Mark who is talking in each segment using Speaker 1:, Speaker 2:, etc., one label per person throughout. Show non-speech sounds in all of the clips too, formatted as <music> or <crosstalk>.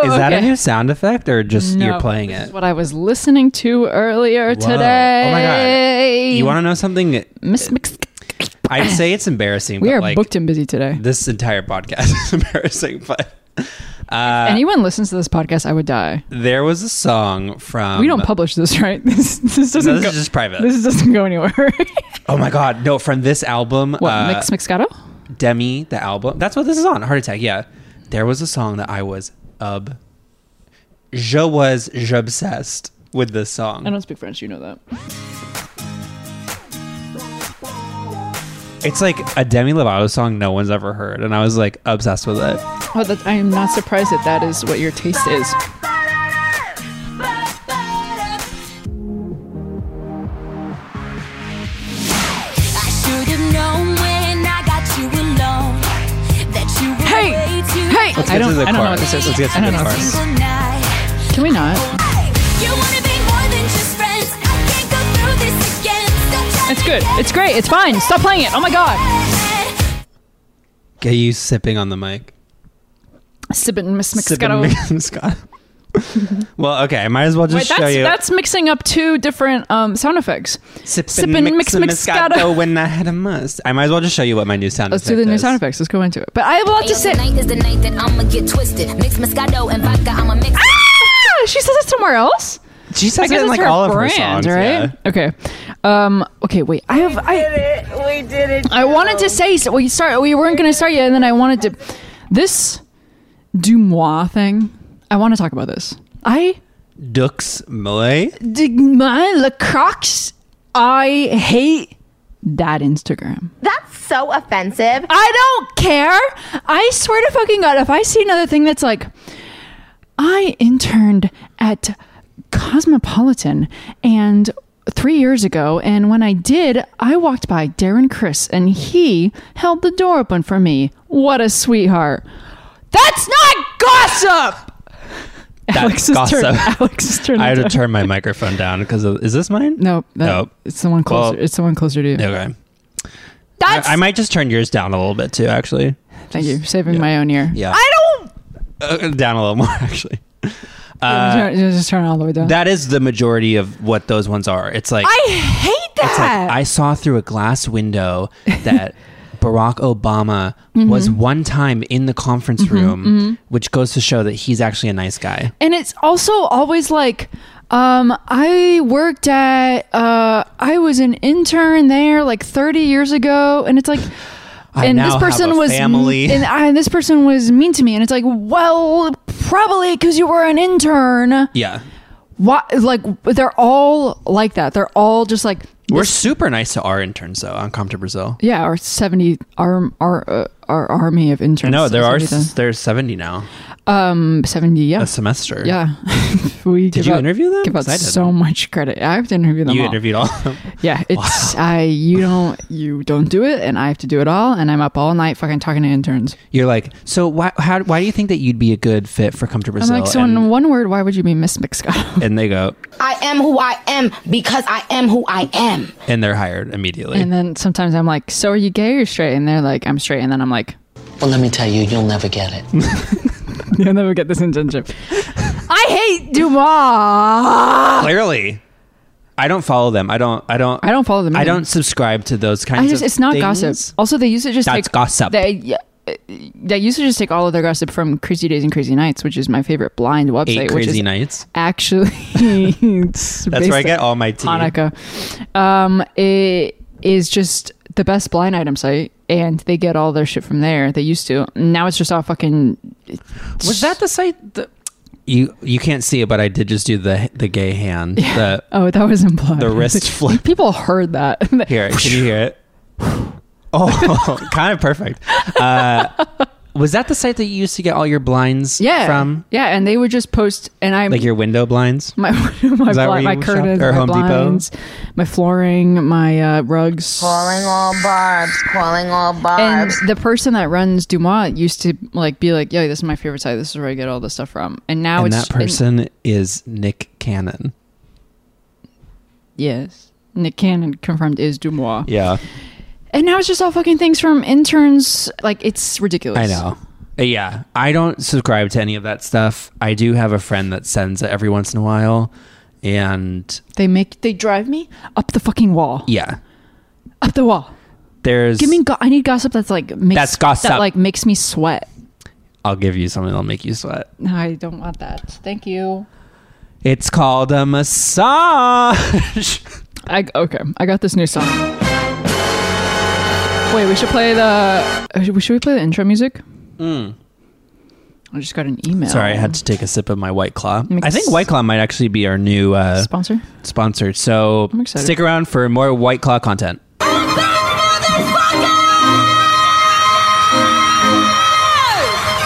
Speaker 1: Hello.
Speaker 2: Is that a
Speaker 1: Okay.
Speaker 2: new sound effect or just
Speaker 1: No,
Speaker 2: you're playing
Speaker 1: this is
Speaker 2: it?
Speaker 1: what I was listening to earlier
Speaker 2: Whoa.
Speaker 1: today.
Speaker 2: Oh my god! You want to know
Speaker 1: <sighs>
Speaker 2: something?
Speaker 1: Miss Mix?
Speaker 2: I'd say it's embarrassing.
Speaker 1: We
Speaker 2: but
Speaker 1: are
Speaker 2: like,
Speaker 1: booked and busy today.
Speaker 2: This entire podcast is <laughs> embarrassing, but uh,
Speaker 1: Anyone listens to this podcast, I would die.
Speaker 2: there was a song from.
Speaker 1: we don't publish this, <laughs> right? This this doesn't
Speaker 2: No, this
Speaker 1: go,
Speaker 2: is just uh, private.
Speaker 1: this doesn't go anywhere. <laughs>
Speaker 2: oh my god! No, from this album,
Speaker 1: what
Speaker 2: uh,
Speaker 1: Mix Mixcato?
Speaker 2: Demi, the album. That's what this is on. Heart Attack. Yeah, there was a song that I was ob. Je was obsessed with this song.
Speaker 1: I don't speak French. You know that.
Speaker 2: It's like a Demi Lovato song no one's ever heard, and I was like obsessed with it.
Speaker 1: Oh, that, I am not surprised that that is what your taste is. Hey! Hey!
Speaker 2: Let's
Speaker 1: I
Speaker 2: get
Speaker 1: don't-
Speaker 2: to the
Speaker 1: I don't know
Speaker 2: chorus.
Speaker 1: what this is.
Speaker 2: Let's get to
Speaker 1: I don't
Speaker 2: the
Speaker 1: know.
Speaker 2: chorus.
Speaker 1: Can we not? It's good. It's great. It's fine. Stop playing it. Oh my god.
Speaker 2: Get you sipping on the mic.
Speaker 1: Sipping Miss
Speaker 2: Sipping
Speaker 1: Mixcato.
Speaker 2: Moscato. well, okay. I might as well
Speaker 1: Wait,
Speaker 2: just
Speaker 1: that's
Speaker 2: show you.
Speaker 1: that's mixing up two different um, sound effects.
Speaker 2: sipping,
Speaker 1: sipping mix- Moscato.
Speaker 2: Moscato when I had a must. I might as well just show you what my new sound
Speaker 1: Let's do
Speaker 2: effect
Speaker 1: the new
Speaker 2: is.
Speaker 1: sound effects. Let's go into it. But I have a lot to say.
Speaker 3: Tonight is the night that I'ma get twisted. Mix Moscato and vodka, I'ma mix. it.
Speaker 1: Ah, she says it somewhere else.
Speaker 2: She
Speaker 1: I
Speaker 2: says
Speaker 1: guess
Speaker 2: it in
Speaker 1: it's
Speaker 2: like
Speaker 1: her
Speaker 2: all of her
Speaker 1: brand,
Speaker 2: songs,
Speaker 1: right? Okay. Um, okay. Wait. I have. I
Speaker 4: We did it.
Speaker 1: I wanted to say so we start we weren't gonna start yet, and then I wanted to this Dumois thing. I want to talk about this. I
Speaker 2: Yeah. Dux Malay.
Speaker 1: dig my lacroix. I hate that Instagram.
Speaker 4: That's so offensive.
Speaker 1: I don't care. I swear to fucking god, if I see another thing that's like, I interned at Cosmopolitan and three years ago, and when I did, I walked by Darren Chris and he held the door open for me. What a sweetheart. That's not gossip.
Speaker 2: That's
Speaker 1: Alex is
Speaker 2: gossip.
Speaker 1: turning. Alex is turning.
Speaker 2: I had to
Speaker 1: down.
Speaker 2: turn my microphone down because is this mine?
Speaker 1: Nope. that-
Speaker 2: Nope.
Speaker 1: It's the one closer.
Speaker 2: Well-
Speaker 1: it's the one closer to you.
Speaker 2: Okay.
Speaker 1: That's.
Speaker 2: I, I might just turn yours down a little bit too, actually.
Speaker 1: thank you. Saving my own ear.
Speaker 2: Yeah.
Speaker 1: I don't.
Speaker 2: Uh, down a little more, <laughs> actually.
Speaker 1: Turn- just turn it all the way down.
Speaker 2: That is the majority of what those ones are. It's like
Speaker 1: I hate that.
Speaker 2: It's like I saw through a glass
Speaker 1: <laughs>
Speaker 2: window that Barack Obama was
Speaker 1: Mm-hmm.
Speaker 2: one time in the conference room, which goes to show that he's actually a nice guy.
Speaker 1: and it's also always like um i worked at uh i was an intern there like 30 years ago and it's like
Speaker 2: <sighs> I
Speaker 1: and
Speaker 2: now
Speaker 1: this
Speaker 2: have
Speaker 1: person
Speaker 2: a
Speaker 1: was
Speaker 2: family.
Speaker 1: and, I, and this person was mean to me and it's like well probably because you were an intern
Speaker 2: yeah.
Speaker 1: why like they're all like that they're all just like
Speaker 2: We're super nice to our interns though on Comfort Brazil.
Speaker 1: yeah our 70 our our uh, our army of interns
Speaker 2: No, there are s-
Speaker 1: 70,
Speaker 2: there's 70 now
Speaker 1: um 70 yeah
Speaker 2: a semester.
Speaker 1: yeah <laughs> we
Speaker 2: Did you interview them?
Speaker 1: give out
Speaker 2: 'Cause I didn't.
Speaker 1: so much credit i have to interview them
Speaker 2: You
Speaker 1: all.
Speaker 2: interviewed all of them.
Speaker 1: Yeah, it's I you don't you don't do it, and I have to do it all, and I'm up all night fucking talking to interns.
Speaker 2: <laughs> You're like, so why? How? Why do you think that you'd be a good fit for Comfort
Speaker 1: I'm
Speaker 2: Brazil?
Speaker 1: like, so in
Speaker 2: and,
Speaker 1: one word, why would you be Miss Mixco? <laughs>
Speaker 2: and they go,
Speaker 5: I am who I am because I am who I am.
Speaker 2: and they're hired immediately.
Speaker 1: and then sometimes I'm like, so are you gay or straight? And they're like, I'm straight, and then I'm like, <laughs>
Speaker 6: Well, let me tell you, you'll never get it.
Speaker 1: you'll never get this
Speaker 2: <laughs>
Speaker 1: internship. I hate Dumas.
Speaker 2: Clearly. I don't follow them. I don't. I don't.
Speaker 1: I don't follow them
Speaker 2: I
Speaker 1: either.
Speaker 2: don't subscribe to those kinds.
Speaker 1: I just
Speaker 2: of
Speaker 1: it's not
Speaker 2: things.
Speaker 1: gossip. Also, they used to just
Speaker 2: That's
Speaker 1: take
Speaker 2: gossip.
Speaker 1: They yeah, uh, they used to just take all of their gossip from Crazy Days and Crazy Nights, which is my favorite blind website.
Speaker 2: Eight
Speaker 1: which
Speaker 2: crazy
Speaker 1: is
Speaker 2: nights.
Speaker 1: actually <laughs> that's
Speaker 2: That's where I get all my tea.
Speaker 1: Hanukkah. Um, it is just the best blind item site, and they get all their shit from there. They used to. Now it's just all fucking.
Speaker 2: Was that the site? that you you can't see it, but I did just do the the gay hand. The
Speaker 1: Oh, that was implied.
Speaker 2: the
Speaker 1: <laughs>
Speaker 2: wrist flip.
Speaker 1: People heard that.
Speaker 2: <laughs>
Speaker 1: <laughs>
Speaker 2: Here, can you hear it? Oh, <laughs> kind of perfect. Uh, was that the site that you used to get all your blinds
Speaker 1: Yeah.
Speaker 2: from?
Speaker 1: Yeah, and they would just post, and I
Speaker 2: Like your window blinds?
Speaker 1: my <laughs> my,
Speaker 2: that
Speaker 1: bli-
Speaker 2: where
Speaker 1: my
Speaker 2: you
Speaker 1: curtains,
Speaker 2: shopped? Or
Speaker 1: my
Speaker 2: Home Depot?
Speaker 1: blinds, my flooring, my uh, rugs.
Speaker 4: Calling all barbs. Calling all
Speaker 1: And
Speaker 4: barbs.
Speaker 1: the person that runs Dumont used to like be like, "Yo, this is my favorite site. This is where I get all this stuff from." And now
Speaker 2: and
Speaker 1: it's
Speaker 2: that person is Nick Cannon.
Speaker 1: yes, Nick Cannon confirmed is Dumois.
Speaker 2: Yeah.
Speaker 1: And now it's just all fucking things from interns. Like it's ridiculous.
Speaker 2: I know. Uh, Yeah, I don't subscribe to any of that stuff. I do have a friend that sends it every once in a while, and
Speaker 1: They make they drive me up the fucking wall.
Speaker 2: yeah,
Speaker 1: Up the wall.
Speaker 2: there's.
Speaker 1: Give me go- I need gossip that's like makes
Speaker 2: That's gossip.
Speaker 1: that like makes me sweat.
Speaker 2: I'll give you something that'll make you sweat.
Speaker 1: No, I don't want that. Thank you.
Speaker 2: It's called a massage. <laughs>
Speaker 1: I okay. I got this new song. Wait, we should play the. uh, Should we, should we play the intro music?
Speaker 2: Mm.
Speaker 1: I just got an email.
Speaker 2: Sorry, I had to take a sip of my White Claw. I
Speaker 1: Makes-
Speaker 2: think White Claw might actually be our new uh,
Speaker 1: sponsor.
Speaker 2: sponsor. So
Speaker 1: I'm excited.
Speaker 2: stick around for more White Claw content.
Speaker 7: Ah!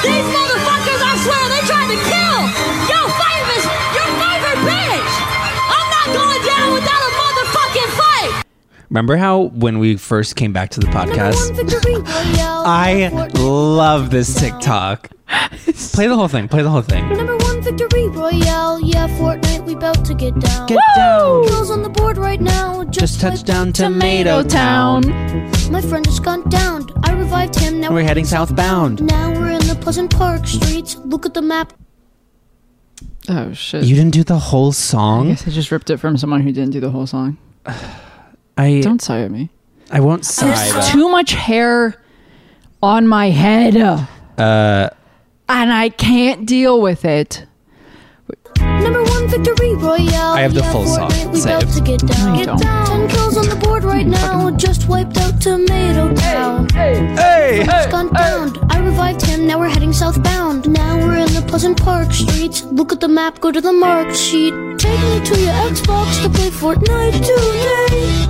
Speaker 7: These motherfuckers, I swear, they tried to kill your favorite, your favorite bitch. I'm not going down without a motherfucking fight.
Speaker 2: Remember how when we first came back to the podcast, I
Speaker 7: I
Speaker 2: love this
Speaker 1: <laughs>
Speaker 2: TikTok. play the whole thing. Play the whole thing.
Speaker 7: Number one victory royale. Yeah, Fortnite, we bout to get down.
Speaker 2: Get down.
Speaker 7: Girls on the board right now.
Speaker 2: Just touched down Tomato Town.
Speaker 7: My friend has gone down. I revived him. Now
Speaker 2: We're heading southbound.
Speaker 7: Now we're in the Pleasant Park streets. Look at the map.
Speaker 1: Oh shit!
Speaker 2: You didn't do the whole
Speaker 1: I
Speaker 2: song.
Speaker 1: guess I just ripped it from someone who didn't do the whole song.
Speaker 2: I
Speaker 1: Don't sigh at me.
Speaker 2: I won't sigh.
Speaker 1: There's too much hair on my head, uh, and I can't deal with it. <laughs>
Speaker 7: Number one victory royale.
Speaker 2: I have the
Speaker 7: Yeah,
Speaker 2: full song
Speaker 7: Fortnite, we
Speaker 2: saved.
Speaker 7: bout to get down.
Speaker 1: No,
Speaker 2: Mm-hmm.
Speaker 1: you
Speaker 7: Get down. Ten kills on the board right now. Just wiped out Tomato Town.
Speaker 2: Hey,
Speaker 7: He's gone down. I revived him. Now we're heading southbound. Now we're in the Pleasant Park streets. Look at the map. Go to the mark sheet. Take me to your Xbox to play Fortnite today.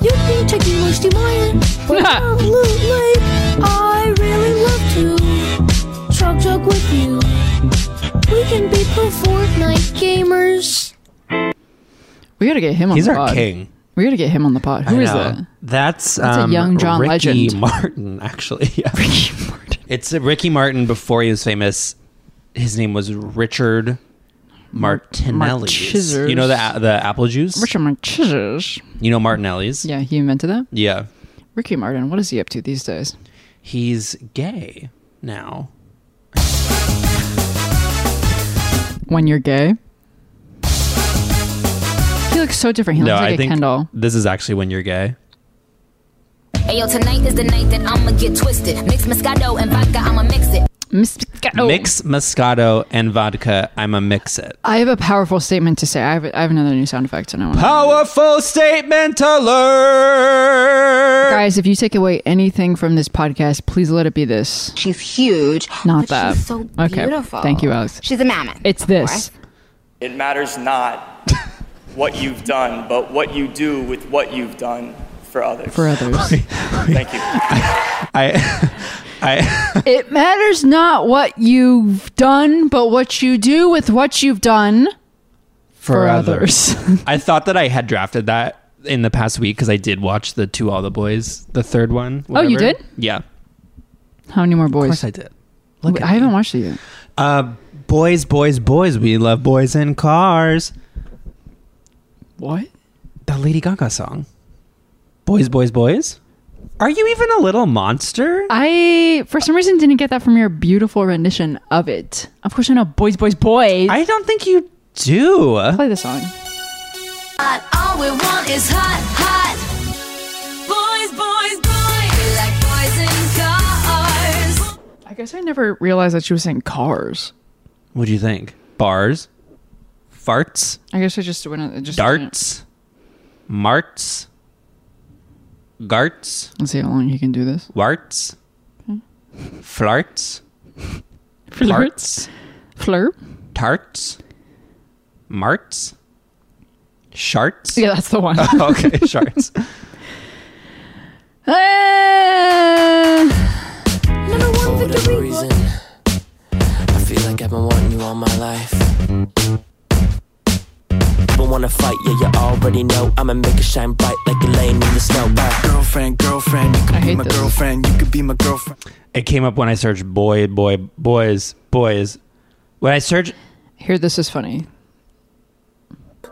Speaker 7: You think taking wasty mine, but absolutely, I really love to chug chug with you. We can be pro Fortnite gamers.
Speaker 1: We gotta get him on.
Speaker 2: he's
Speaker 1: the
Speaker 2: our
Speaker 1: pod.
Speaker 2: king.
Speaker 1: We gotta get him on the pod. Who is that? <laughs>
Speaker 2: That's,
Speaker 1: That's a
Speaker 2: um,
Speaker 1: young John
Speaker 2: Ricky <laughs>
Speaker 1: Legend.
Speaker 2: Martin, actually. <laughs> Yeah. It's uh, Ricky Martin before he was famous. His name was Richard Martinelli.
Speaker 1: Marchizzers.
Speaker 2: You know the the apple juice.
Speaker 1: Richard Martinez.
Speaker 2: You know Martinelli's.
Speaker 1: Yeah, he invented that.
Speaker 2: Yeah.
Speaker 1: Ricky Martin. What is he up to these days?
Speaker 2: He's gay now.
Speaker 1: when you're gay. He looks so different. He looks like
Speaker 2: I
Speaker 1: a Kendall.
Speaker 2: this is actually when you're gay.
Speaker 3: Ayo, tonight is the night that I'ma get twisted. Mix Moscato and vodka, I'ma mix it.
Speaker 1: Miss- oh.
Speaker 2: Mix Moscato and vodka. I'm a mix it.
Speaker 1: I have a powerful statement to say. I have, I have another new sound effect. And I want to.
Speaker 2: Powerful statement alert.
Speaker 1: Guys, if you take away anything from this podcast, please let it be this.
Speaker 5: She's huge.
Speaker 1: Not
Speaker 5: but
Speaker 1: that.
Speaker 5: She's so
Speaker 1: okay.
Speaker 5: beautiful.
Speaker 1: Thank you, Alex.
Speaker 5: She's a mammoth.
Speaker 1: It's
Speaker 5: of
Speaker 1: this.
Speaker 5: course.
Speaker 8: It matters not what you've done, but what you do with what you've done for others.
Speaker 1: For others,
Speaker 2: <laughs>
Speaker 8: Thank you.
Speaker 2: I, <laughs> I,
Speaker 1: it matters not what you've done, but what you do with what you've done
Speaker 2: for, I thought that I had drafted that in the past week because I did watch the Two All the Boys, the third one.
Speaker 1: Oh, you
Speaker 2: whatever.
Speaker 1: did?
Speaker 2: Yeah, of
Speaker 1: <laughs> How many more
Speaker 2: course
Speaker 1: boys?
Speaker 2: I did. Look,
Speaker 1: I haven't watched it yet.
Speaker 2: Uh, boys, boys, boys. We love boys in cars.
Speaker 1: What?
Speaker 2: The Lady Gaga song. Boys, boys, boys. Are you even a little monster?
Speaker 1: I, for some reason, didn't get that from your beautiful rendition of it. Of course, I know boys, boys, boys.
Speaker 2: I don't think you do.
Speaker 1: play the song.
Speaker 7: All we want is hot, hot. Boys, boys, boys. We like boys in cars.
Speaker 1: I guess I never realized that she was in cars.
Speaker 2: What do you think? Bars, farts,
Speaker 1: I guess I just went on- just
Speaker 2: darts, marts, garts.
Speaker 1: Let's see how long he can do this.
Speaker 2: Warts. Flarts. Parts.
Speaker 1: Flirt.
Speaker 2: Tarts. Marts. Sharts.
Speaker 1: Yeah, that's the one.
Speaker 2: <laughs> Oh, Okay, sharts.
Speaker 1: <laughs> Ah.
Speaker 7: Number one
Speaker 9: For whatever
Speaker 7: victory.
Speaker 9: reason, I feel like I've been wanting you all my life. Don't wanna fight, yeah, you already know. I'ma make it shine bright like a lane in the snow. Girlfriend, girlfriend, you could
Speaker 1: I
Speaker 9: be
Speaker 1: hate
Speaker 9: my
Speaker 1: this.
Speaker 9: girlfriend, you could be my girlfriend.
Speaker 2: it came up when I searched boy, boy, boys, boys. When I search,
Speaker 1: Here, this is funny.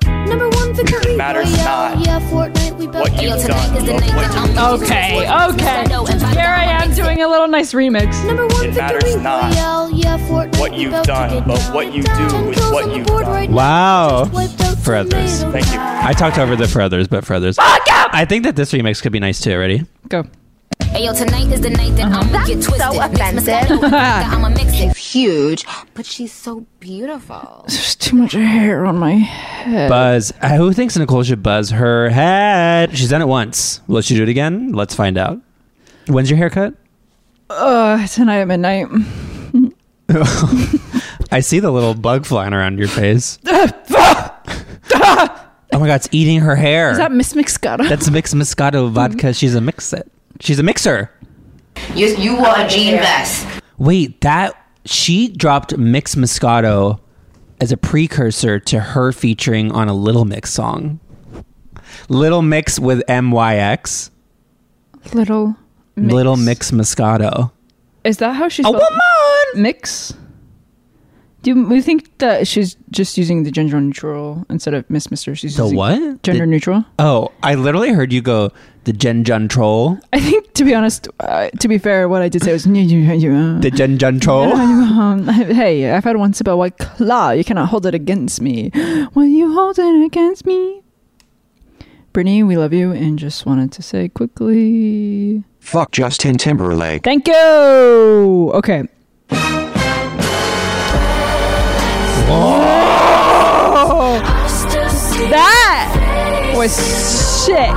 Speaker 7: Number one victory.
Speaker 8: Matters
Speaker 7: royale.
Speaker 8: not
Speaker 7: Yeah, Fortnite, we bout
Speaker 8: what
Speaker 7: to
Speaker 8: you've
Speaker 7: get
Speaker 8: done,
Speaker 7: down.
Speaker 8: but what you
Speaker 1: Okay, okay. Here I am doing a little nice remix.
Speaker 7: Number one
Speaker 8: It matters
Speaker 7: victory
Speaker 8: not
Speaker 7: royale. Yeah, Fortnite.
Speaker 8: what
Speaker 7: we
Speaker 8: you've
Speaker 7: about to
Speaker 8: done,
Speaker 7: get
Speaker 8: but
Speaker 7: down.
Speaker 8: what you
Speaker 7: Ten
Speaker 8: do is
Speaker 7: kills
Speaker 8: what
Speaker 7: on the
Speaker 8: you've
Speaker 7: board
Speaker 8: done.
Speaker 7: right now.
Speaker 10: Wow.
Speaker 7: Just wiped out
Speaker 2: For others.
Speaker 7: tomatoes.
Speaker 8: Thank you.
Speaker 2: I talked over the for others, but for others. I think that this remix could be nice too. Ready?
Speaker 1: Go.
Speaker 3: Ayo, tonight is the night that I'ma get twisted.
Speaker 4: so
Speaker 3: Mix
Speaker 4: offensive.
Speaker 3: Moscato and vodka, I'ma mix it.
Speaker 5: Huge, but she's so beautiful.
Speaker 1: There's too much hair on my head.
Speaker 2: Buzz. Uh, Who thinks Nicole should buzz her head? She's done it once. Will she do it again? Let's find out. When's your haircut?
Speaker 1: Uh, tonight at midnight.
Speaker 2: I see the little bug flying around your
Speaker 1: <laughs>
Speaker 2: face.
Speaker 1: Ah!
Speaker 2: oh my god, it's eating her hair.
Speaker 1: Is that Mm-hmm. Miss Mixcada?
Speaker 2: That's mixed Moscato vodka. She's a mix it. She's a mixer.
Speaker 5: You, you wore a jean vest.
Speaker 2: Wait, that she dropped mixed Moscato as a precursor to her featuring on a Little Mix song. Little Mix with MYX.
Speaker 1: little. Mix.
Speaker 2: Little Mix Oh, Moscato.
Speaker 1: Is that how she's?
Speaker 2: A woman!
Speaker 1: Mix. Do you- we think that she's just using the gender neutral instead of Miss Mister? She's
Speaker 2: The
Speaker 1: using
Speaker 2: what?
Speaker 1: Gender
Speaker 2: The-
Speaker 1: neutral.
Speaker 2: Oh, I literally heard you go the Gen Jun troll.
Speaker 1: I think, to be honest, uh, to be fair, what I did say was, <laughs>
Speaker 2: The Gen Jun troll.
Speaker 1: uh, um, hey, I've had one sip of white claw. You cannot hold it against me. <gasps> Will you hold it against me? Brittany, we love you and just wanted to say quickly.
Speaker 11: Fuck Justin Timberlake.
Speaker 1: Thank you. Okay. That was sick.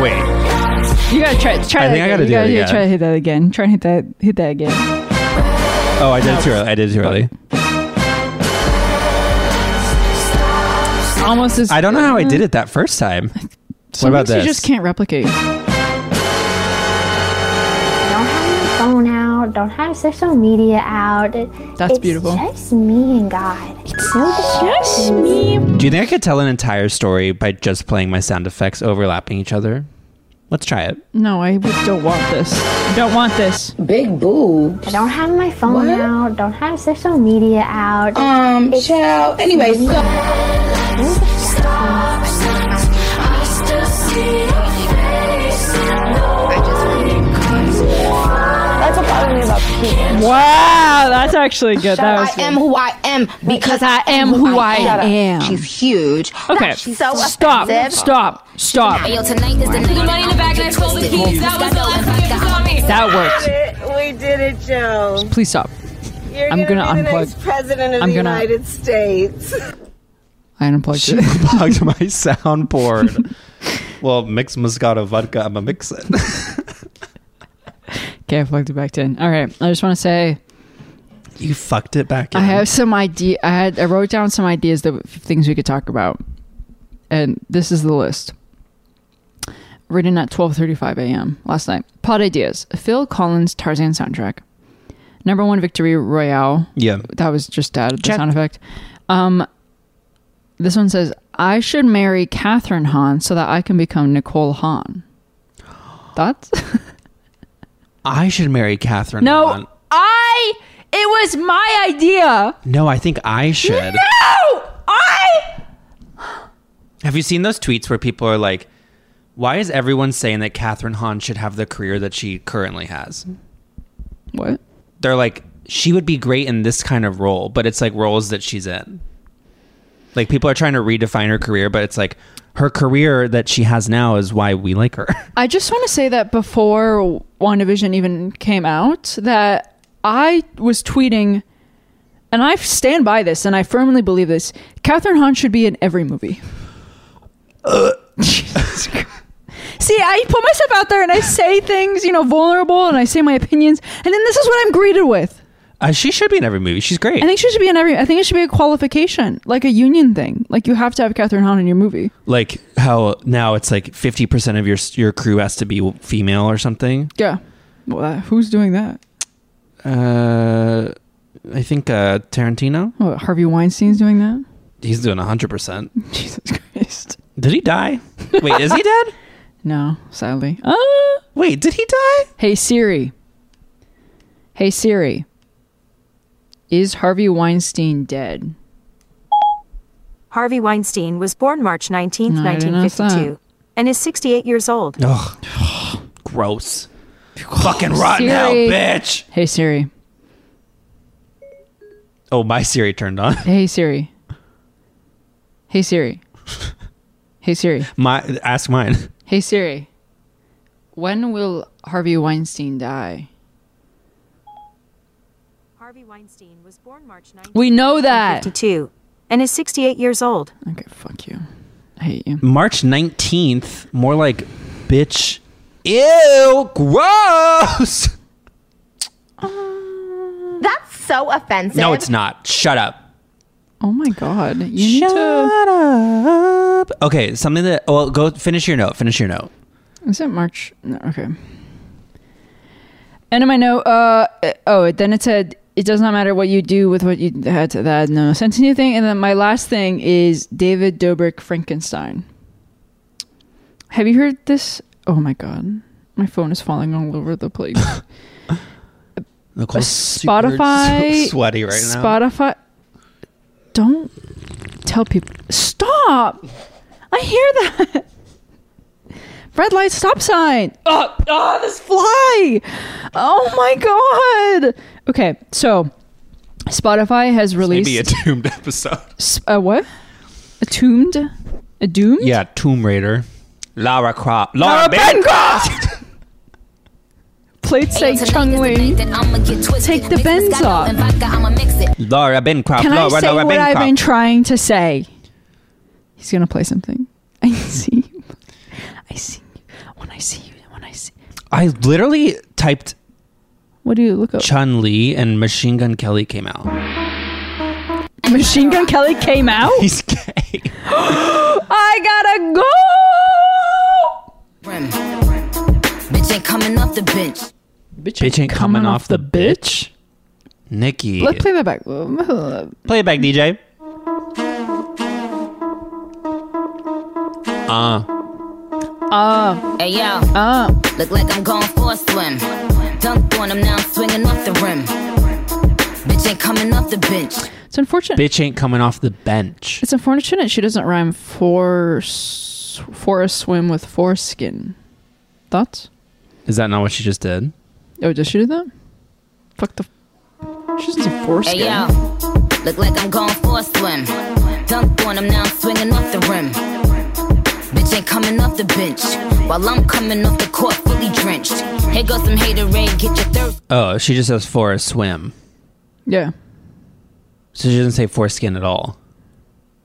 Speaker 2: Wait.
Speaker 1: You gotta try. Try.
Speaker 2: I
Speaker 1: that
Speaker 2: think I
Speaker 1: again.
Speaker 2: gotta
Speaker 1: you
Speaker 2: do it
Speaker 1: yeah,
Speaker 2: again.
Speaker 1: Try to hit that again. Try and hit that. Hit that again.
Speaker 2: <laughs> Oh, I did it too early. I did it too early.
Speaker 1: Almost as.
Speaker 2: I don't know how I did it that first time.
Speaker 1: Some
Speaker 2: what about
Speaker 1: things
Speaker 2: this?
Speaker 1: You just can't replicate.
Speaker 7: Don't have your phone out. Don't have social media out.
Speaker 1: That's beautiful.
Speaker 7: Just me and God. It's no distractions.
Speaker 2: Do you think I could tell an entire story by just playing my sound effects overlapping each other? Let's try <laughs> it.
Speaker 1: No, I would- don't want this. I don't want this.
Speaker 5: Big boo.
Speaker 7: I don't have my phone out. Don't have social media out.
Speaker 5: Um, child. Anyway, so
Speaker 4: That's what bothers me about people.
Speaker 1: Wow, that's actually good. That was
Speaker 5: I am who I am because I am who I am. She's huge.
Speaker 1: okay.
Speaker 4: So
Speaker 1: Stop.
Speaker 4: offensive.
Speaker 1: Stop. Stop.
Speaker 3: Ayo, tonight is the night. Somebody in the back next to the keys. That was the last thing that was on me.
Speaker 1: That worked.
Speaker 4: We did it, Joe.
Speaker 1: Please stop.
Speaker 4: You're
Speaker 1: I'm gonna
Speaker 4: be the next
Speaker 1: unplug.
Speaker 4: president of
Speaker 1: I'm
Speaker 4: the
Speaker 1: gonna-
Speaker 4: United States.
Speaker 1: I unplugged
Speaker 4: <laughs>
Speaker 2: She
Speaker 1: it.
Speaker 2: plugged my soundboard. <laughs> well, mix Moscato vodka. I'm a mix it.
Speaker 1: Okay, I plugged it back in. All right. I just want to say
Speaker 2: <laughs> you fucked it back. In.
Speaker 1: I have some idea. I had I wrote down some ideas that things we could talk about, and this is the list. Written at twelve thirty five a.m. last night. Pod ideas: Phil Collins Tarzan soundtrack, number one victory royale.
Speaker 2: Yeah.
Speaker 1: That was just added the
Speaker 2: Check.
Speaker 1: sound effect. Um, this one says I should marry Catherine Hahn so that I can become Nicole Hahn. That's
Speaker 2: I should marry Catherine. Hahn.
Speaker 1: no. I. It was my idea.
Speaker 2: No, I think I <laughs> should.
Speaker 1: No, I.
Speaker 2: Have you seen those tweets where people are like, why is everyone saying that Catherine Hahn should have the career that she currently has?
Speaker 1: What?
Speaker 2: They're like, she would be great in this kind of role, but it's like roles that she's in. Like people are trying to redefine her career, but it's like her career that she has now is why we like her. <laughs>
Speaker 1: I just want to say that before WandaVision even came out, that I was tweeting, and I stand by this, and I firmly believe this. Catherine Hahn should be in every movie. <laughs> Jesus Christ. See, I put myself out there and I say things, you know, vulnerable, and I say my opinions, and then this is what I'm greeted with.
Speaker 2: Uh, she should be in every movie. She's great.
Speaker 1: I think she should be in every. I think it should be a qualification, like a union thing. Like you have to have Catherine Hahn in your movie.
Speaker 2: like how now it's like 50% of your your crew has to be female or something.
Speaker 1: Yeah. Well, uh, who's doing that?
Speaker 2: Uh, I think uh, Tarantino,
Speaker 1: What, Harvey Weinstein's doing that.
Speaker 2: he's doing 100%.
Speaker 1: <laughs> Jesus Christ.
Speaker 2: Did he die? Wait, is he dead?
Speaker 1: No, sadly. Uh,
Speaker 2: <laughs> Wait, did he die?
Speaker 1: hey Siri. Hey Siri. Is Harvey Weinstein dead?
Speaker 12: Harvey Weinstein was born March 19,
Speaker 1: No, I didn't know
Speaker 12: 1952, and is 68 years old.
Speaker 2: Ugh. Gross. Fucking rotten hell,
Speaker 1: Siri.
Speaker 2: bitch.
Speaker 1: Hey Siri.
Speaker 2: Oh, my Siri turned on. <laughs>
Speaker 1: Hey Siri. Hey Siri. Hey Siri.
Speaker 2: My ask mine.
Speaker 1: Hey Siri. When will Harvey Weinstein die?
Speaker 10: Harvey Weinstein was born March 9th.
Speaker 1: We know that.
Speaker 10: 52 and is 68 years old.
Speaker 1: Okay, fuck you. I hate you.
Speaker 2: March 19th, more like bitch. Ew, gross.
Speaker 5: That's so offensive.
Speaker 2: No, it's not. Shut up.
Speaker 1: Oh my god. You need to
Speaker 2: Shut up. Okay, something that well, go finish your note. Finish your note.
Speaker 1: Is it March? No, okay. End of my note. Uh oh. Then it said it does not matter what you do with what you had. To, that had no sense to anything. And then my last thing is David Dobrik Frankenstein. Have you heard this? Oh my god, my phone is falling all over the place.
Speaker 2: Nicole's super
Speaker 1: Spotify.
Speaker 2: <laughs> sweaty right now.
Speaker 1: Spotify. Don't tell people. Stop! I hear that. <laughs> Red light, stop sign. Oh, oh, this fly! Oh my god! Okay, so Spotify has released
Speaker 2: Maybe a doomed <laughs> episode.
Speaker 1: s- a what? A tombed? A doomed?
Speaker 2: Yeah, Tomb Raider. Lara Croft.
Speaker 1: Lara
Speaker 2: Lara Bancroft.
Speaker 1: Played say Chung Ling. Take the bends off.
Speaker 2: <laughs> Lara Bancroft.
Speaker 1: Can I
Speaker 2: Lara,
Speaker 1: say
Speaker 2: Lara
Speaker 1: what
Speaker 2: Bancroft.
Speaker 1: I've been trying to say? He's gonna play something. <laughs> I see. you. I see. you. When I see you, when I see.
Speaker 2: I literally typed
Speaker 1: What do you look up?
Speaker 2: Chun Li and Machine Gun Kelly came out.
Speaker 1: Machine Gun Kelly came out.
Speaker 2: <laughs> He's gay.
Speaker 1: I gotta go.
Speaker 3: Bitch ain't coming off the bench.
Speaker 2: Bitch ain't coming, off, the bitch. Nikki.
Speaker 1: Let's play that back.
Speaker 2: Play it back, DJ. Uh,
Speaker 3: Hey yo, look like I'm going for a swim. Dunked on him, now I'm swinging off the rim. Bitch ain't coming off the bench.
Speaker 1: It's unfortunate.
Speaker 2: bitch ain't coming off the bench.
Speaker 1: It's unfortunate she doesn't rhyme for s- for a swim with foreskin. Thoughts?
Speaker 2: Is that not what she just did?
Speaker 1: Oh, does she do that? Fuck the. She doesn't say foreskin.
Speaker 3: Hey yo, look like I'm going for a swim. Dunked on him, now I'm swinging off the rim. Bitch ain't coming off the bench. While I'm coming off the court, fully drenched. Here goes some hater get your thirst.
Speaker 2: Oh, she just says for a swim.
Speaker 1: Yeah.
Speaker 2: So she doesn't say foreskin at all.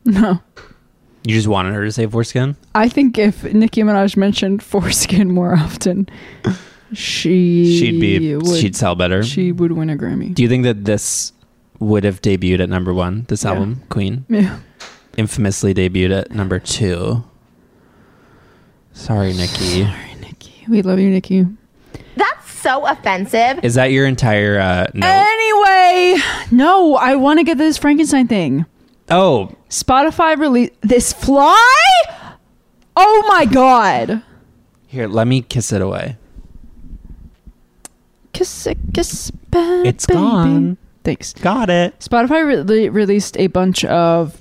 Speaker 1: No.
Speaker 2: You just wanted her to say foreskin?
Speaker 1: I think if Nicki Minaj mentioned foreskin more often, she
Speaker 2: She'd be,
Speaker 1: would,
Speaker 2: she'd sell better.
Speaker 1: she would win a Grammy.
Speaker 2: Do you think that this would have debuted at number one? This
Speaker 1: Yeah.
Speaker 2: album, Queen,
Speaker 1: yeah.
Speaker 2: infamously debuted at number two. Sorry, Nikki.
Speaker 1: Nikki, we love you, Nikki.
Speaker 5: That's so offensive.
Speaker 2: Is that your entire uh,
Speaker 1: Eh.
Speaker 2: note?
Speaker 1: Anyway, no, I want to get this Frankenstein thing.
Speaker 2: Oh,
Speaker 1: Spotify release this fly. Oh my god!
Speaker 2: here, let me kiss it away.
Speaker 1: Kiss it, kiss, ba-
Speaker 2: It's
Speaker 1: baby.
Speaker 2: gone.
Speaker 1: Thanks.
Speaker 2: Got it.
Speaker 1: Spotify re- released a bunch of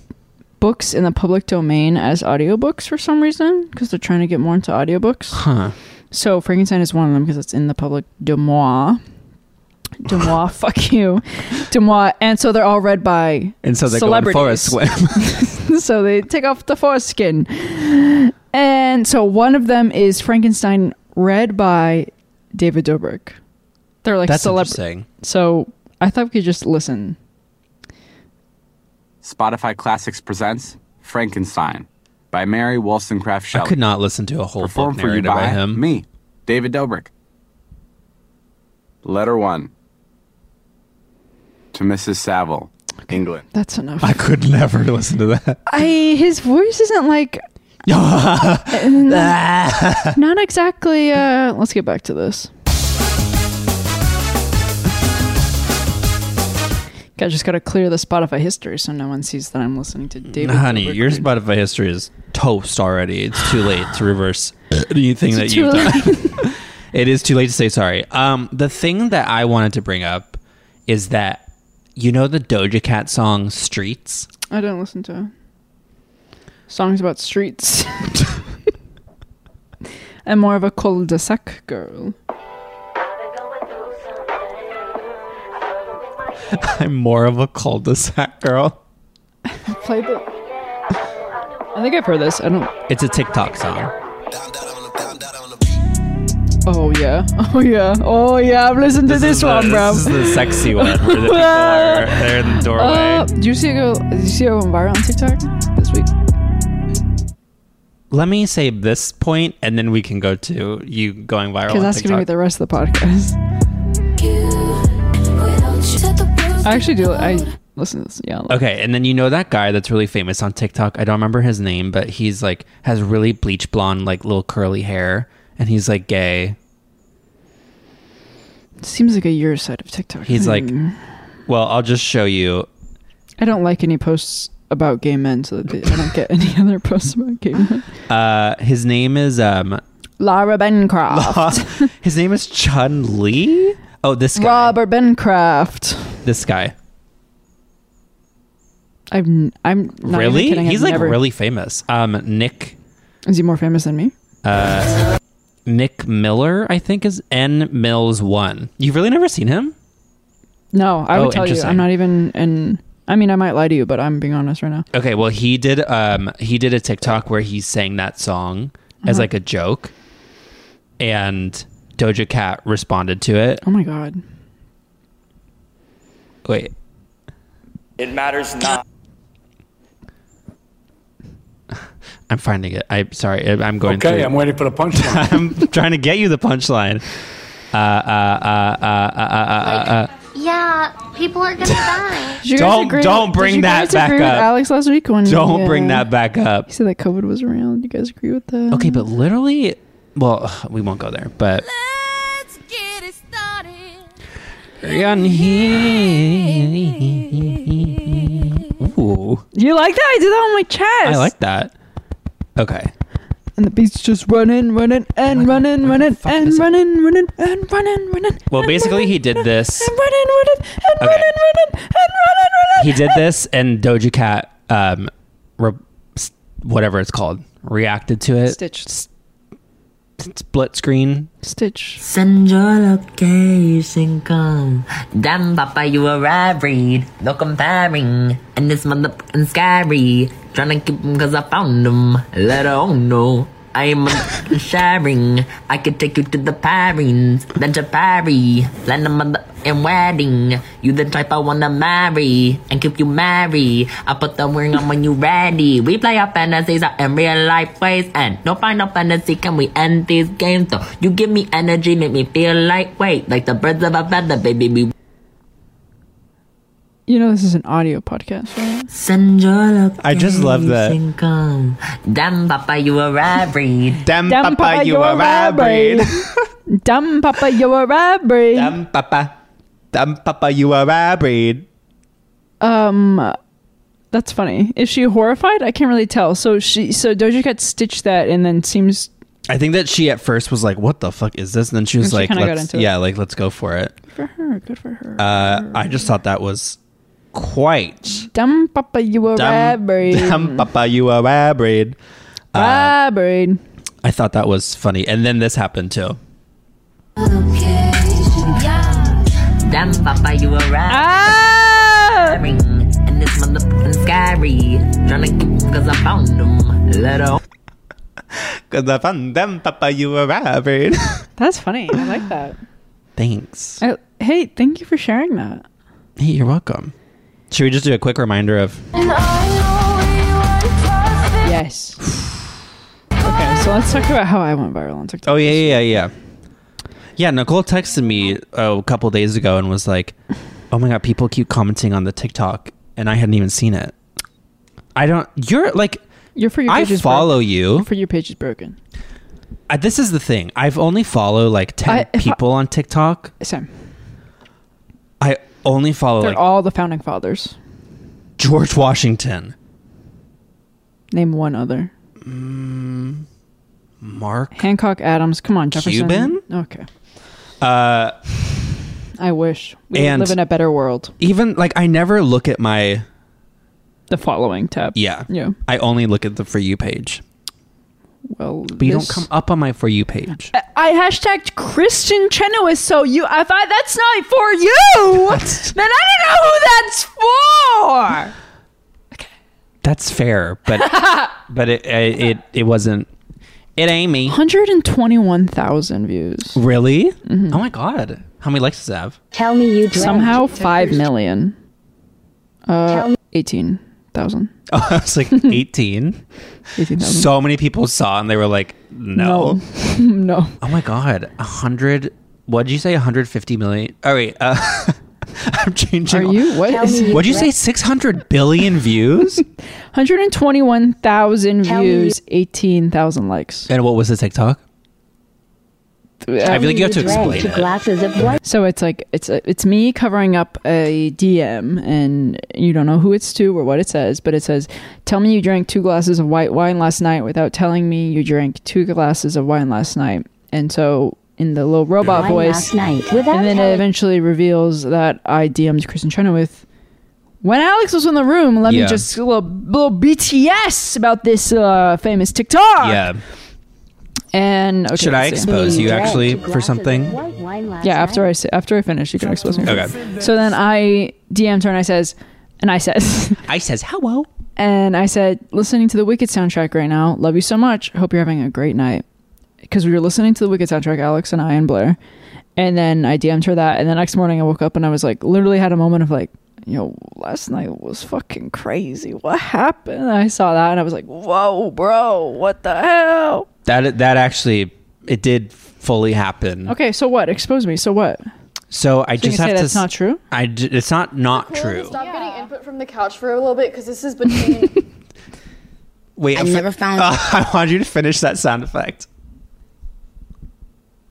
Speaker 1: books in the public domain as audiobooks for some reason because they're trying to get more into audiobooks.
Speaker 2: Huh.
Speaker 1: So Frankenstein is one of them because it's in the public demois.
Speaker 2: <laughs>
Speaker 1: Demois, fuck you, demois, and so they're all read by
Speaker 2: And so they're going for a swim.
Speaker 1: so they take off the foreskin, and so one of them is Frankenstein, read by David Dobrik. They're
Speaker 2: <laughs>
Speaker 1: like
Speaker 2: That's
Speaker 1: celebrities.
Speaker 2: interesting.
Speaker 1: So I thought we could just listen.
Speaker 12: Spotify Classics presents Frankenstein by Mary Wollstonecraft
Speaker 2: I
Speaker 12: Shelley.
Speaker 2: could not listen to a whole book
Speaker 12: Performed for you
Speaker 2: narrated by
Speaker 12: by
Speaker 2: him.
Speaker 12: me, David Dobrik. Letter one to Mrs. Saville, England.
Speaker 1: That's enough.
Speaker 2: I could never <laughs> listen to that.
Speaker 1: I his voice isn't
Speaker 2: <laughs>
Speaker 1: like not exactly. Uh, let's get back to this. I just gotta clear the Spotify history so no one sees that I'm listening to David.
Speaker 2: Honey,
Speaker 1: Dobrik
Speaker 2: your
Speaker 1: read.
Speaker 2: Spotify history is toast already. It's too late to reverse anything that
Speaker 1: It's
Speaker 2: you've
Speaker 1: too
Speaker 2: done. <laughs> it is too late to say sorry. Um, the thing that I wanted to bring up is that you know the Doja Cat song "Streets."
Speaker 1: <laughs> I don't listen to songs about streets. <laughs> I'm more of a cul-de-sac girl.
Speaker 2: <laughs> I'm more of a cul-de-sac girl.
Speaker 1: Play the. I think I've heard this. I don't.
Speaker 2: It's a TikTok song.
Speaker 1: Oh yeah. <laughs> Oh yeah. Oh yeah. I've listened to this,
Speaker 2: is the-
Speaker 1: one, bro.
Speaker 2: This is the sexy one where
Speaker 1: <laughs>
Speaker 2: the people are there in the doorway.
Speaker 1: Uh, do you see it go? Did you see it go viral on TikTok this week?
Speaker 2: Let me say this point, and then we can go to you going viral.
Speaker 1: Because
Speaker 2: on
Speaker 1: that's gonna be
Speaker 2: TikTok.
Speaker 1: the rest of the podcast. <laughs> I actually do. I listen to this. Yeah. I
Speaker 2: Oh. Okay, and then you know that guy that's really famous on TikTok. I don't remember his name, but he's like has really bleach blonde, like little curly hair, and he's like gay.
Speaker 1: It seems like a year side of TikTok.
Speaker 2: He's like,
Speaker 1: Hmm.
Speaker 2: well, I'll just show you.
Speaker 1: I don't like any posts about gay men, so that I don't get any <laughs> other posts about gay men.
Speaker 2: Uh, his name is um,
Speaker 1: Lara Bencroft.
Speaker 2: <laughs> his name is Chun Lee. Oh, this guy,
Speaker 1: Robert Bencroft.
Speaker 2: this guy,
Speaker 1: I've, n- I'm not even
Speaker 2: really?
Speaker 1: kidding, I've
Speaker 2: He's like
Speaker 1: never-
Speaker 2: really famous. Um, Nick,
Speaker 1: Is he more famous than me?
Speaker 2: uh, Nick Miller, I think is N Mills one. You've really never seen him?
Speaker 1: No, I
Speaker 2: Oh,
Speaker 1: would tell you.
Speaker 2: interesting.
Speaker 1: I'm not even in. I mean, I might lie to you, but I'm being honest right now.
Speaker 2: Okay, well he did um he did a TikTok where he sang that song as
Speaker 1: Uh-huh.
Speaker 2: like a joke and Doja Cat responded to it.
Speaker 1: Oh my god.
Speaker 2: Wait.
Speaker 8: It matters not.
Speaker 2: I'm finding it. I'm sorry. I- I'm going.
Speaker 13: Okay,
Speaker 2: through-
Speaker 13: I'm waiting for the punchline.
Speaker 2: <laughs> I'm trying to get you the punchline. Uh, uh, uh, uh, uh, uh, uh, uh, uh.
Speaker 7: Yeah, people are gonna <laughs> die.
Speaker 1: Did you guys
Speaker 2: Don't-
Speaker 1: agree-
Speaker 2: don't
Speaker 1: did
Speaker 2: bring
Speaker 1: you
Speaker 2: that
Speaker 1: guys agree
Speaker 2: back
Speaker 1: with
Speaker 2: up.
Speaker 1: Alex last week when
Speaker 2: Don't
Speaker 1: he,
Speaker 2: bring
Speaker 1: uh,
Speaker 2: that back up.
Speaker 1: He said that COVID was around. You guys agree with that?
Speaker 2: Okay, but literally, well, we won't go there. But Run here. Ooh,
Speaker 1: you like that? I did that on my chest.
Speaker 2: I like that. Okay.
Speaker 1: And the beat's just running, running, and running, running, and running, running, and running, running.
Speaker 2: Well, basically, he did this.
Speaker 1: And running, running, and
Speaker 2: Okay.
Speaker 1: running, running, and running,
Speaker 2: He
Speaker 1: running.
Speaker 2: did this, and Doja Cat, um, re- s- whatever it's called, reacted to it.
Speaker 1: Stitch.
Speaker 2: Split screen.
Speaker 1: Stitch.
Speaker 14: Send your location call. Damn, Papa, you are worried. No comparing. And this motherfucking scary. Tryna keep him cause I found him. Let her own know. I'm motherfucking sharing. I could take you to the parings. Then to Paris. Land a motherfucking wedding. You the type I wanna marry. And keep you married. I put the ring on when you ready. We play our fantasies out in real life ways. And no final fantasy can we end these games though. You give me energy, make me feel lightweight. Like the birds of a feather, baby. We
Speaker 1: You know this is an audio podcast, right?
Speaker 14: Send your love.
Speaker 2: I just love that.
Speaker 14: Damn, Papa, you are rabid.
Speaker 2: Damn,
Speaker 1: Dumb Papa, you are rabid.
Speaker 2: Damn, Papa. Damn, Papa, you are rabid.
Speaker 1: Um, that's funny. Is she horrified? I can't really tell. So she, so Doja Cat stitched that, and then seems
Speaker 2: I think that she at first was like, "What the fuck is this?" And then she was
Speaker 1: And she
Speaker 2: like,
Speaker 1: kinda got
Speaker 2: let's,
Speaker 1: into it.
Speaker 2: "Yeah, like let's go for it."
Speaker 1: good for her. Good for her.
Speaker 2: Uh, I just thought that was quite
Speaker 1: Dumb Papa, you are
Speaker 2: dumb, <laughs>
Speaker 1: rabid.
Speaker 2: dumb Papa, you are rabid.
Speaker 1: Rabid.
Speaker 2: I thought that was funny, and then this happened too.
Speaker 14: Damn, Papa, you are
Speaker 1: Ah!
Speaker 14: rabid. And this motherfucking scary. Tryna keep him cause I found him. Let her
Speaker 2: Cause I found them, Papa, you are rabid.
Speaker 1: That's funny. I like that.
Speaker 2: <laughs> Thanks.
Speaker 1: I, Oh, hey, thank you for sharing that.
Speaker 2: Hey, you're welcome. Should we just do a quick reminder of?
Speaker 1: Yes. okay, so let's talk about how I went viral on TikTok.
Speaker 2: Oh yeah, yeah, yeah, yeah. Yeah, Nicole texted me uh, a couple days ago and was like, "Oh my god, people keep commenting on the TikTok, and I hadn't even seen it. I don't. You're like,
Speaker 1: Your for you
Speaker 2: Oh, I
Speaker 1: page is
Speaker 2: follow
Speaker 1: broken.
Speaker 2: you.
Speaker 1: Your for your page is broken.
Speaker 2: Uh, this is the thing. I've only follow like ten
Speaker 1: I- <laughs> if I-
Speaker 2: people on TikTok.
Speaker 1: Same.
Speaker 2: I only follow
Speaker 1: They're
Speaker 2: Oh, like
Speaker 1: all the founding fathers.
Speaker 2: George Washington,
Speaker 1: Name one other.
Speaker 2: Mark,
Speaker 1: Hancock Adams. Come on, Jefferson.
Speaker 2: Cuban?
Speaker 1: Okay.
Speaker 2: uh,
Speaker 1: I wish we
Speaker 2: And-
Speaker 1: live in a better world.
Speaker 2: even like I never look at my
Speaker 1: The following tab.
Speaker 2: yeah
Speaker 1: Yeah.
Speaker 2: I only look at the for you page.
Speaker 1: well,
Speaker 2: But you don't
Speaker 1: this-
Speaker 2: come up on my For You page.
Speaker 1: I- I hashtagged Christian Chenoweth, so you if I that's not for you, then I don't know who that's for.
Speaker 2: That's fair, but but it, it it it wasn't. It ain't me.
Speaker 1: 121,000 views.
Speaker 2: Really? Oh my god! How many likes does it have?
Speaker 1: Tell me you somehow 5 million. Uh, 18,000.
Speaker 2: Oh, <laughs> I was <laughs> like eighteen.
Speaker 1: 18,000.
Speaker 2: so many people saw and they were like, no.
Speaker 1: no. No.
Speaker 2: Oh my god! A hundred. What did you say? One hundred fifty million. All right. Uh, <laughs> I'm changing.
Speaker 1: Are you- what Tell is- me <laughs> you
Speaker 2: What'd you say?
Speaker 1: read-
Speaker 2: Six hundred billion views.
Speaker 1: 121,000
Speaker 2: Tell me-
Speaker 1: views, 18,000 likes.
Speaker 2: and what was the TikTok? I feel like you have to explain it.
Speaker 1: Glasses of white. So it's like it's it's me covering up a DM, and you don't know who it's to or what it says, but it says, "Tell me you drank two glasses of white wine last night without telling me you drank two glasses of wine last night." And so in the little robot
Speaker 5: Wine
Speaker 1: voice,
Speaker 5: last night without
Speaker 1: and then it
Speaker 5: telling-
Speaker 1: eventually reveals that I DM'd Kristen Chenoweth. When Alex was in the room, let
Speaker 2: Yeah.
Speaker 1: me just a little, little BTS about this uh, famous TikTok.
Speaker 2: Yeah.
Speaker 1: And okay,
Speaker 2: Should I
Speaker 1: let's see.
Speaker 2: expose you actually for something?
Speaker 1: Yeah, after I say, after I finish, you can expose me.
Speaker 2: Okay.
Speaker 1: So then I DM'd her and I says, and I says,
Speaker 2: I says hello.
Speaker 1: <laughs> and I said, listening to the Wicked soundtrack right now. Love you so much. Hope you're having a great night. Because we were listening to the Wicked soundtrack, Alex and I and Blair. And then I DM'd her that. And the next morning I woke up and I was like, literally had a moment of like, yo, last night was fucking crazy. What happened? I saw that and I was like, whoa, bro, what the hell?
Speaker 2: That that actually it did fully happen.
Speaker 1: Okay, so what? Expose me. So what?
Speaker 2: So I
Speaker 1: So you
Speaker 2: just have
Speaker 1: can say
Speaker 2: to.
Speaker 1: that's
Speaker 2: s-
Speaker 1: not true?
Speaker 2: I d- it's not
Speaker 13: Can
Speaker 2: not
Speaker 13: we
Speaker 2: true.
Speaker 13: Stop getting input from the couch for a little bit because this is between.
Speaker 2: <laughs> Wait, I never found. <laughs> I want you to finish that sound effect.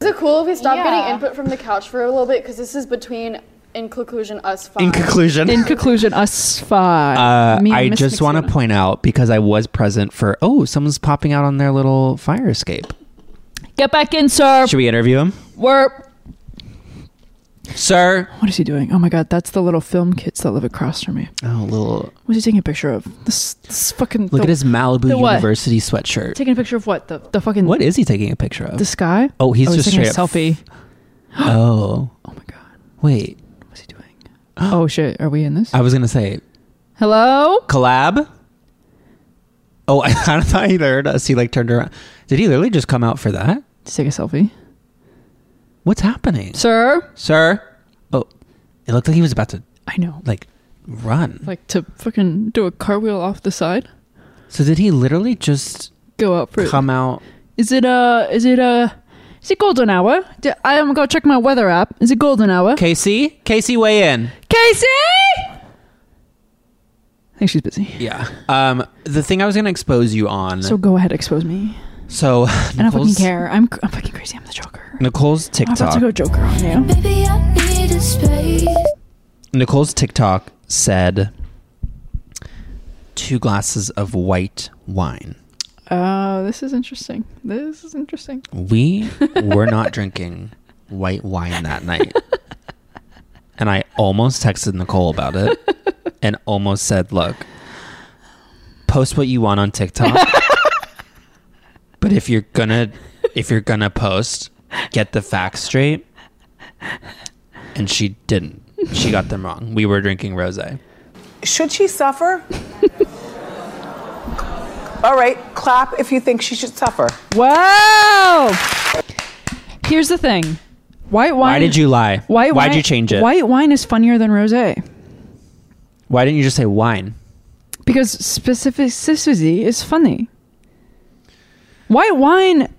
Speaker 13: is it cool if we stop getting input from the couch for a little bit because this is between, in conclusion, us five.
Speaker 2: In conclusion.
Speaker 1: In conclusion, us five.
Speaker 2: Uh,
Speaker 1: Me and
Speaker 2: I
Speaker 1: Miss
Speaker 2: just want to point out because I was present for. Oh, someone's popping out on their little fire escape.
Speaker 1: McSweeney. Get back in, sir.
Speaker 2: Should we interview him,
Speaker 1: We're.
Speaker 2: sir?
Speaker 1: What is he doing? Oh my god, that's the little film kids that live across from me.
Speaker 2: Oh, little.
Speaker 1: What is he taking a picture of? This, this fucking.
Speaker 2: Look
Speaker 1: the-
Speaker 2: at his Malibu
Speaker 1: the what?
Speaker 2: University sweatshirt.
Speaker 1: Taking a picture of what? The, the fucking.
Speaker 2: what is he taking a picture of?
Speaker 1: The <gasps> sky?
Speaker 2: Oh, he's just
Speaker 1: taking
Speaker 2: straight
Speaker 1: a
Speaker 2: up-
Speaker 1: selfie.
Speaker 2: <gasps> oh. Oh my god. Wait,
Speaker 1: oh shit, are we in this?
Speaker 2: I was gonna say
Speaker 1: Hello?
Speaker 2: collab. Oh, <laughs> I thought he heard us. He like turned around. Did he literally just come out for that?
Speaker 1: Just take a selfie.
Speaker 2: What's happening,
Speaker 1: Sir?
Speaker 2: Sir. Oh, it looked like he was about to.
Speaker 1: I know.
Speaker 2: Like, run.
Speaker 1: Like to fucking do a cartwheel off the side?
Speaker 2: So did he literally just
Speaker 1: Go up for it.
Speaker 2: come out?
Speaker 1: Is it, uh, is it, uh, is it golden hour? D- I am gonna check my weather app. Is it golden hour?
Speaker 2: Casey, Casey, weigh in.
Speaker 1: Casey! I think she's busy.
Speaker 2: Yeah. Um, the thing I was gonna expose you on.
Speaker 1: So go ahead, expose me.
Speaker 2: So
Speaker 1: I don't fucking
Speaker 2: Nicole's,
Speaker 1: care. I'm, I'm fucking crazy. I'm the Joker.
Speaker 2: Nicole's
Speaker 1: I'm about
Speaker 2: TikTok.
Speaker 1: to go Joker on you.
Speaker 7: <laughs> Baby, I need a space.
Speaker 2: Nicole's TikTok said two glasses of white wine.
Speaker 1: Oh, this is interesting. This is interesting.
Speaker 2: We were not drinking white wine that night. And I almost texted Nicole about it and almost said, look, post what you want on TikTok. but if you're gonna if you're gonna post, get the facts straight. And she didn't. She got them wrong. We were drinking rosé.
Speaker 15: Should she suffer? All right, clap if you think she should suffer.
Speaker 1: Wow. Here's the thing. White wine.
Speaker 2: Why did you lie?
Speaker 1: White
Speaker 2: Why'd
Speaker 1: wine-
Speaker 2: you change it?
Speaker 1: White wine is funnier than rosé
Speaker 2: Why didn't you just say wine?
Speaker 1: because specificity is funny. White wine.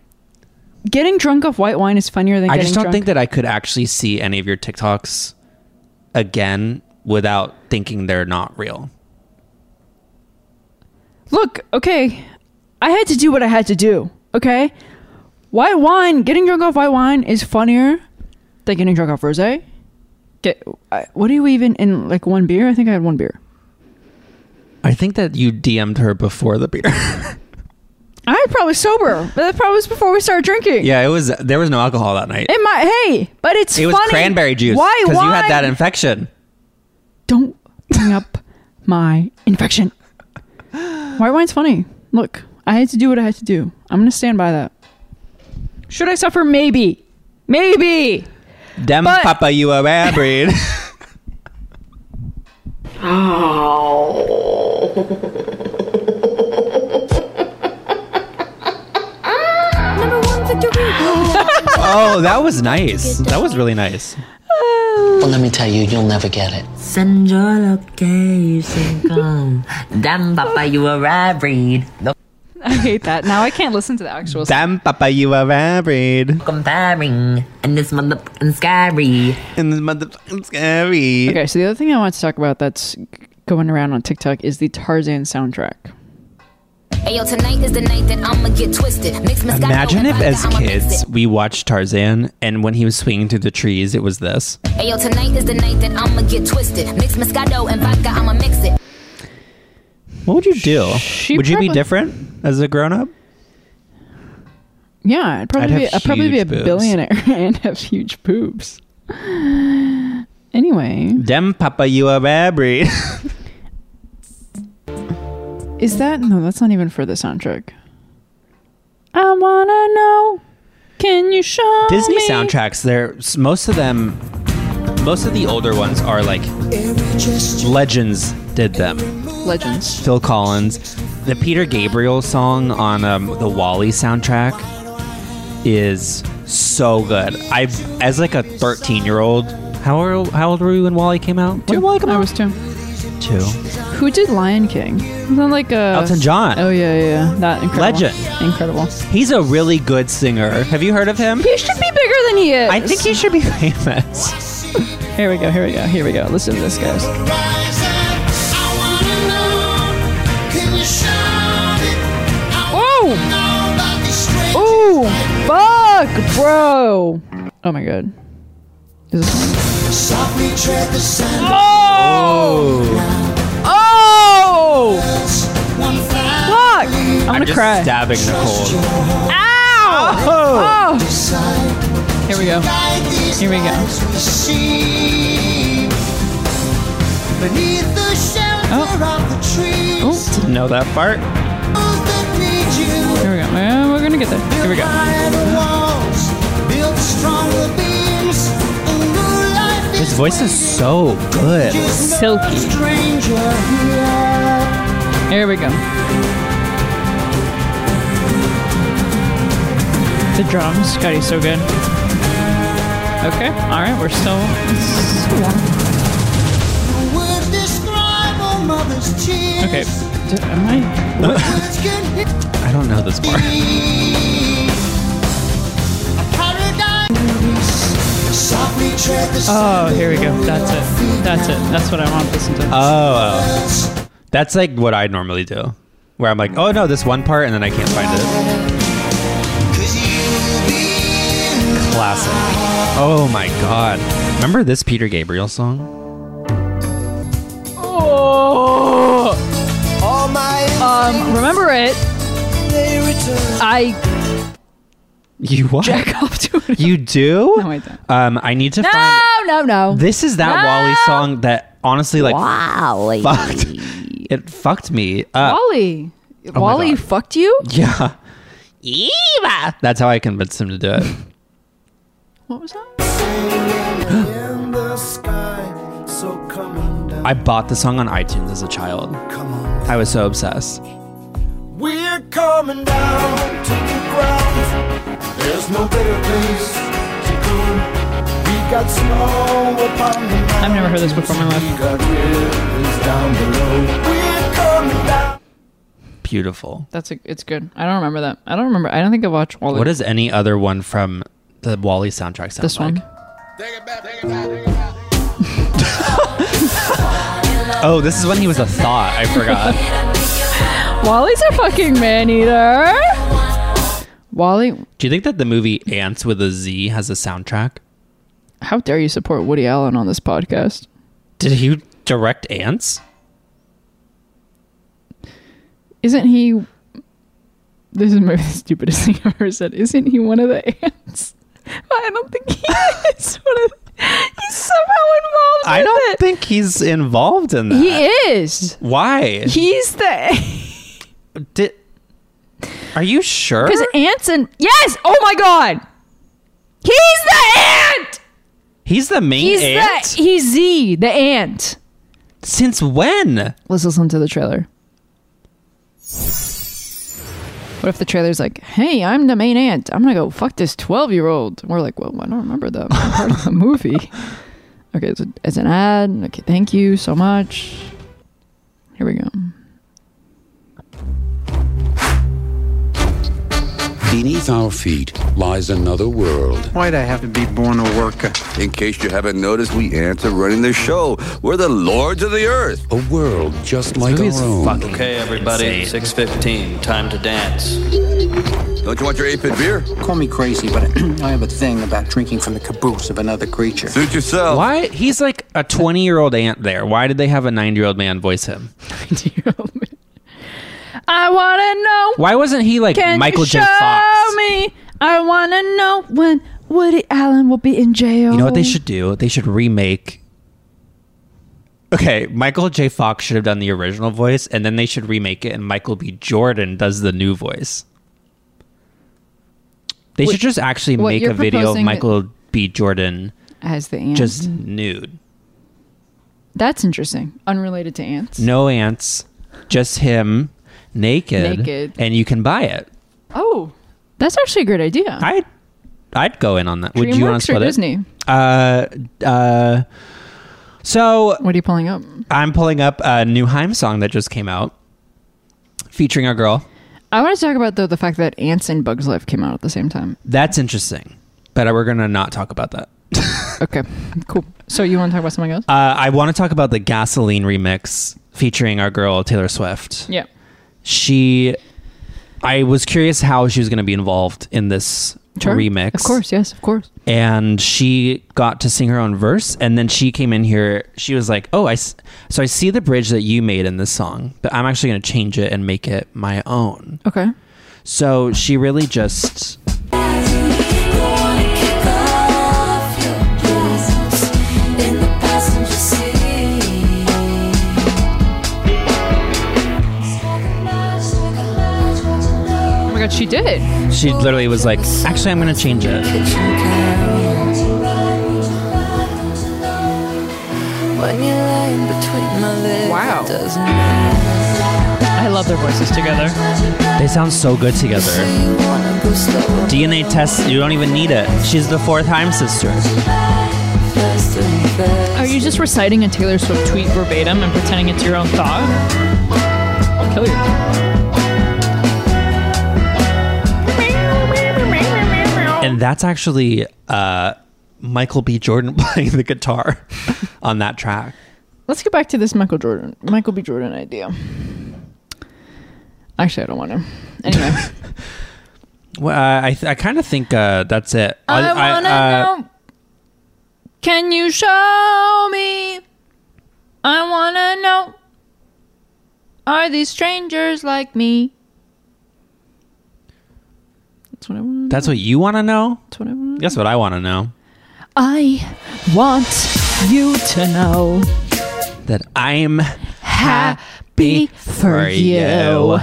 Speaker 1: Getting drunk off white wine is funnier than
Speaker 2: I
Speaker 1: getting
Speaker 2: just don't
Speaker 1: drunk.
Speaker 2: think that I could actually see any of your TikToks again without thinking they're not real.
Speaker 1: Look, okay, I had to do what I had to do. Okay, white wine. Getting drunk off white wine is funnier than getting drunk off rosé. Get I, what do you even in like one beer? I think I had one beer.
Speaker 2: I think that you DM'd her before the beer.
Speaker 1: I was probably sober. but That probably was before we started
Speaker 2: <laughs>
Speaker 1: drinking.
Speaker 2: yeah, it was there was no alcohol that night.
Speaker 1: It might. Hey, but it's
Speaker 2: it was
Speaker 1: funny.
Speaker 2: cranberry juice.
Speaker 1: Why?
Speaker 2: Because
Speaker 1: Why?
Speaker 2: you had that infection.
Speaker 1: Don't bring up my infection. White wine's funny. Look, I had to do what I had to do. I'm going to stand by that. Should I suffer? Maybe. Maybe.
Speaker 2: Dem
Speaker 1: But-
Speaker 2: Papa, you a bad breed. <laughs> oh, that was nice. That was really nice.
Speaker 6: Well, let me tell you, you'll never get it.
Speaker 14: Send your location, <laughs> come. Damn, Papa, you a rare breed. Look,
Speaker 1: I hate that. Now I can't listen to the actual
Speaker 2: Damn, Papa, you a bad breed.
Speaker 14: comparing, and this motherfucking scary.
Speaker 2: And this motherfucking scary.
Speaker 1: Okay, so the other thing I want to talk about that's going around on TikTok is the Tarzan soundtrack.
Speaker 3: Ayo, tonight is the night that I'ma get twisted. Mix Moscato and
Speaker 2: Imagine if,
Speaker 3: vodka,
Speaker 2: as
Speaker 3: I'ma mix
Speaker 2: kids,
Speaker 3: it.
Speaker 2: we watched Tarzan, and when he was swinging through the trees, it was this.
Speaker 3: Ayo, tonight is the night that I'ma get twisted. Mix Moscato and vodka, I'ma mix it.
Speaker 2: What would you do? would you be
Speaker 3: probably-
Speaker 2: different as a grown up?
Speaker 1: Yeah, I'd
Speaker 2: I'd
Speaker 1: probably
Speaker 2: have
Speaker 1: be, I'd probably be a
Speaker 2: huge boobs.
Speaker 1: billionaire <laughs> and have huge boobs. Anyway,
Speaker 2: Dem Papa, you a bad breed. <laughs>
Speaker 1: is that no? That's not even for the soundtrack. I wanna know. Can you show
Speaker 2: Disney
Speaker 1: me?
Speaker 2: soundtracks, they're s- most of them, most of the older ones are like legends did them.
Speaker 1: Legends.
Speaker 2: Phil Collins, the Peter Gabriel song on um, the Wally soundtrack is so good. I, as like a thirteen-year-old, how old, how old were you when Wally came out?
Speaker 1: Two. I was two.
Speaker 2: Two.
Speaker 1: Who did Lion King? Isn't that like a
Speaker 2: Elton John.
Speaker 1: Oh yeah, yeah, yeah. that incredible.
Speaker 2: Legend.
Speaker 1: incredible.
Speaker 2: He's a really good singer. Have you heard of him?
Speaker 1: He should be bigger than he is.
Speaker 2: I think he should be <laughs> famous.
Speaker 1: Here we go. Here we go. Here we go. Listen to this, guys. Oh! Ooh, fuck, bro. Oh my god.
Speaker 2: Oh!
Speaker 1: Oh! Fuck! I'm
Speaker 2: I'm
Speaker 1: gonna
Speaker 2: just
Speaker 1: cry.
Speaker 2: stabbing Nicole.
Speaker 1: Ow! Oh! Here we go. Here we go.
Speaker 2: Oh, didn't know that part.
Speaker 1: Here we go. Uh, we're gonna get there. Here we go.
Speaker 2: His voice is so good.
Speaker 1: Silky. Here we go. The drums, God, he's so good. Okay, all right, we're still. Okay, d- am I?
Speaker 2: I don't know this part.
Speaker 1: Oh, here we go. That's it. That's it. That's what I want to listen to.
Speaker 2: Oh, that's like what I normally do, where I'm like, oh no, this one part, and then I can't find it. Classic. Oh my god. Remember this Peter Gabriel song?
Speaker 1: Oh. Um, remember it. I <laughs>
Speaker 2: You what?
Speaker 1: jack off to it.
Speaker 2: You do?
Speaker 1: No, I don't.
Speaker 2: Um, I need to
Speaker 1: No,
Speaker 2: find.
Speaker 1: no, no.
Speaker 2: This is that Wally song that honestly, like,
Speaker 1: Wally.
Speaker 2: fucked. It fucked me up.
Speaker 1: Wally.
Speaker 2: Oh my
Speaker 1: Wally
Speaker 2: God.
Speaker 1: fucked you?
Speaker 2: Yeah. Eva. That's how I convinced him to do it.
Speaker 1: What was that?
Speaker 2: I bought the song on iTunes as a child. I was so obsessed.
Speaker 16: We're coming down to the ground. There's no better place to go. We got snow upon the mountains.
Speaker 1: I've never heard this before in my life.
Speaker 16: We got rivers down below. We're coming down.
Speaker 2: Beautiful.
Speaker 1: That's a, it's good. I don't remember that. I don't remember. I don't think I watched Wally.
Speaker 2: What is any other one from the Wally soundtrack sound
Speaker 1: this
Speaker 2: like?
Speaker 1: one?
Speaker 2: Oh, this is when he was a thought. I forgot. <laughs>
Speaker 1: Wally's a fucking man eater. Wally,
Speaker 2: Do you think that the movie Ants with a Z has a soundtrack?
Speaker 1: how dare you support Woody Allen on this podcast?
Speaker 2: Did he direct Ants?
Speaker 1: Isn't he? This is maybe the stupidest <laughs> thing I've ever said. Isn't he one of the ants? <laughs> I don't think he <laughs> is one of. The, he's somehow involved.
Speaker 2: I
Speaker 1: with
Speaker 2: don't
Speaker 1: it.
Speaker 2: think he's involved in that.
Speaker 1: He is. <laughs>
Speaker 2: Why?
Speaker 1: He's the.
Speaker 2: Did Are you sure?
Speaker 1: Because ants and yes, oh my god, he's the ant.
Speaker 2: He's the main
Speaker 1: He's
Speaker 2: ant.
Speaker 1: the he's Z the ant.
Speaker 2: Since when?
Speaker 1: Let's listen to the trailer. What if the trailer's like, "Hey, I'm the main ant. I'm gonna go fuck this twelve-year-old." We're like, "Well, I don't remember that part of
Speaker 2: <laughs>
Speaker 1: the movie." Okay, it's, a, it's an ad. Okay, thank you so much. Here we go.
Speaker 17: Beneath our feet lies another world.
Speaker 18: Why'd I have to be born a worker?
Speaker 17: In case you haven't noticed, we ants are running the show. We're the lords of the earth. A world just like
Speaker 19: movie's
Speaker 17: our own.
Speaker 19: Okay, everybody, six fifteen. Time to dance.
Speaker 17: Don't you want your eight-bit beer?
Speaker 18: Call me crazy, but <clears throat> I have a thing about drinking from the caboose of another creature.
Speaker 17: Suit yourself.
Speaker 2: Why? He's like a 20 year old ant there. Why did they have a 90 year old man voice him?
Speaker 1: I wanna know.
Speaker 2: Why wasn't he like
Speaker 1: Can
Speaker 2: Michael
Speaker 1: you
Speaker 2: J.
Speaker 1: show
Speaker 2: Fox?
Speaker 1: me? I wanna know when Woody Allen will be in jail.
Speaker 2: You know what they should do? They should remake. Okay, Michael J. Fox should have done the original voice, and then they should remake it, and Michael B. Jordan does the new voice. They
Speaker 1: What-
Speaker 2: should just actually
Speaker 1: what
Speaker 2: make
Speaker 1: you're
Speaker 2: a video of
Speaker 1: proposing-
Speaker 2: Michael B. Jordan
Speaker 1: as the ant.
Speaker 2: just nude.
Speaker 1: That's interesting. Unrelated to ants.
Speaker 2: No ants, just him naked.
Speaker 1: Naked.
Speaker 2: And you can buy it.
Speaker 1: Oh, that's actually a great idea.
Speaker 2: I I'd go in on that. Would you want to
Speaker 1: DreamWorks or
Speaker 2: split it?
Speaker 1: Disney?
Speaker 2: Uh, uh, so
Speaker 1: what are you pulling up?
Speaker 2: I'm pulling up a new Heim song that just came out, featuring a girl.
Speaker 1: I want to talk about though the fact that Ants and Bugs Life came out at the same time.
Speaker 2: That's interesting, but we're gonna not talk about that.
Speaker 1: okay, cool. So you want to talk about something else?
Speaker 2: Uh, I want to talk about the Gasoline remix featuring our girl Taylor Swift.
Speaker 1: Yeah.
Speaker 2: She, I was curious how she was going to be involved in this
Speaker 1: Sure.
Speaker 2: remix.
Speaker 1: Of course, yes, of course.
Speaker 2: and she got to sing her own verse and then she came in here she was like oh i s- so i see the bridge that you made in this song but i'm actually going to change it and make it my own
Speaker 1: Okay.
Speaker 2: so she really just
Speaker 1: Oh my god, she did.
Speaker 2: she literally was like actually i'm going to change it
Speaker 1: Wow. I love their voices together.
Speaker 2: they sound so good together dna test you don't even need it she's the fourth time sister
Speaker 20: Are
Speaker 1: you just reciting a Taylor Swift tweet verbatim and pretending it's your own thought? I'll kill you.
Speaker 2: and that's actually uh, michael b jordan <laughs> playing the guitar on that track
Speaker 1: Let's get back to this Michael Jordan, Michael B. Jordan idea. Actually, I don't want to. Anyway,
Speaker 2: <laughs> well, uh, I, th- I kind of think uh, that's it.
Speaker 1: I, want to
Speaker 2: uh,
Speaker 1: know. Can you show me? I want to know. Are these strangers like me? That's what I want.
Speaker 2: That's what you want to know?
Speaker 1: That's what I want.
Speaker 2: That's what I want to know.
Speaker 1: I want you to know
Speaker 2: That I'm
Speaker 1: happy
Speaker 2: for you.